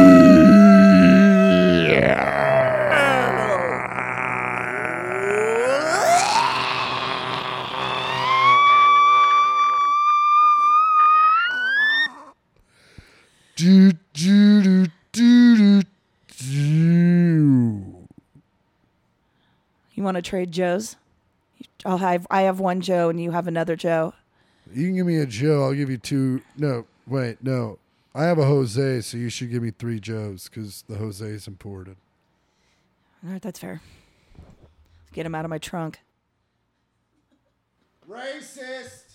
Speaker 2: do do do do do do.
Speaker 1: You want to trade Joes? I'll have, I have one Joe and you have another Joe.
Speaker 2: You can give me a Joe. I'll give you two. No, wait, no. I have a Jose, so you should give me three Joes because the Jose is imported.
Speaker 1: All right, that's fair. Get him out of my trunk.
Speaker 2: Racist.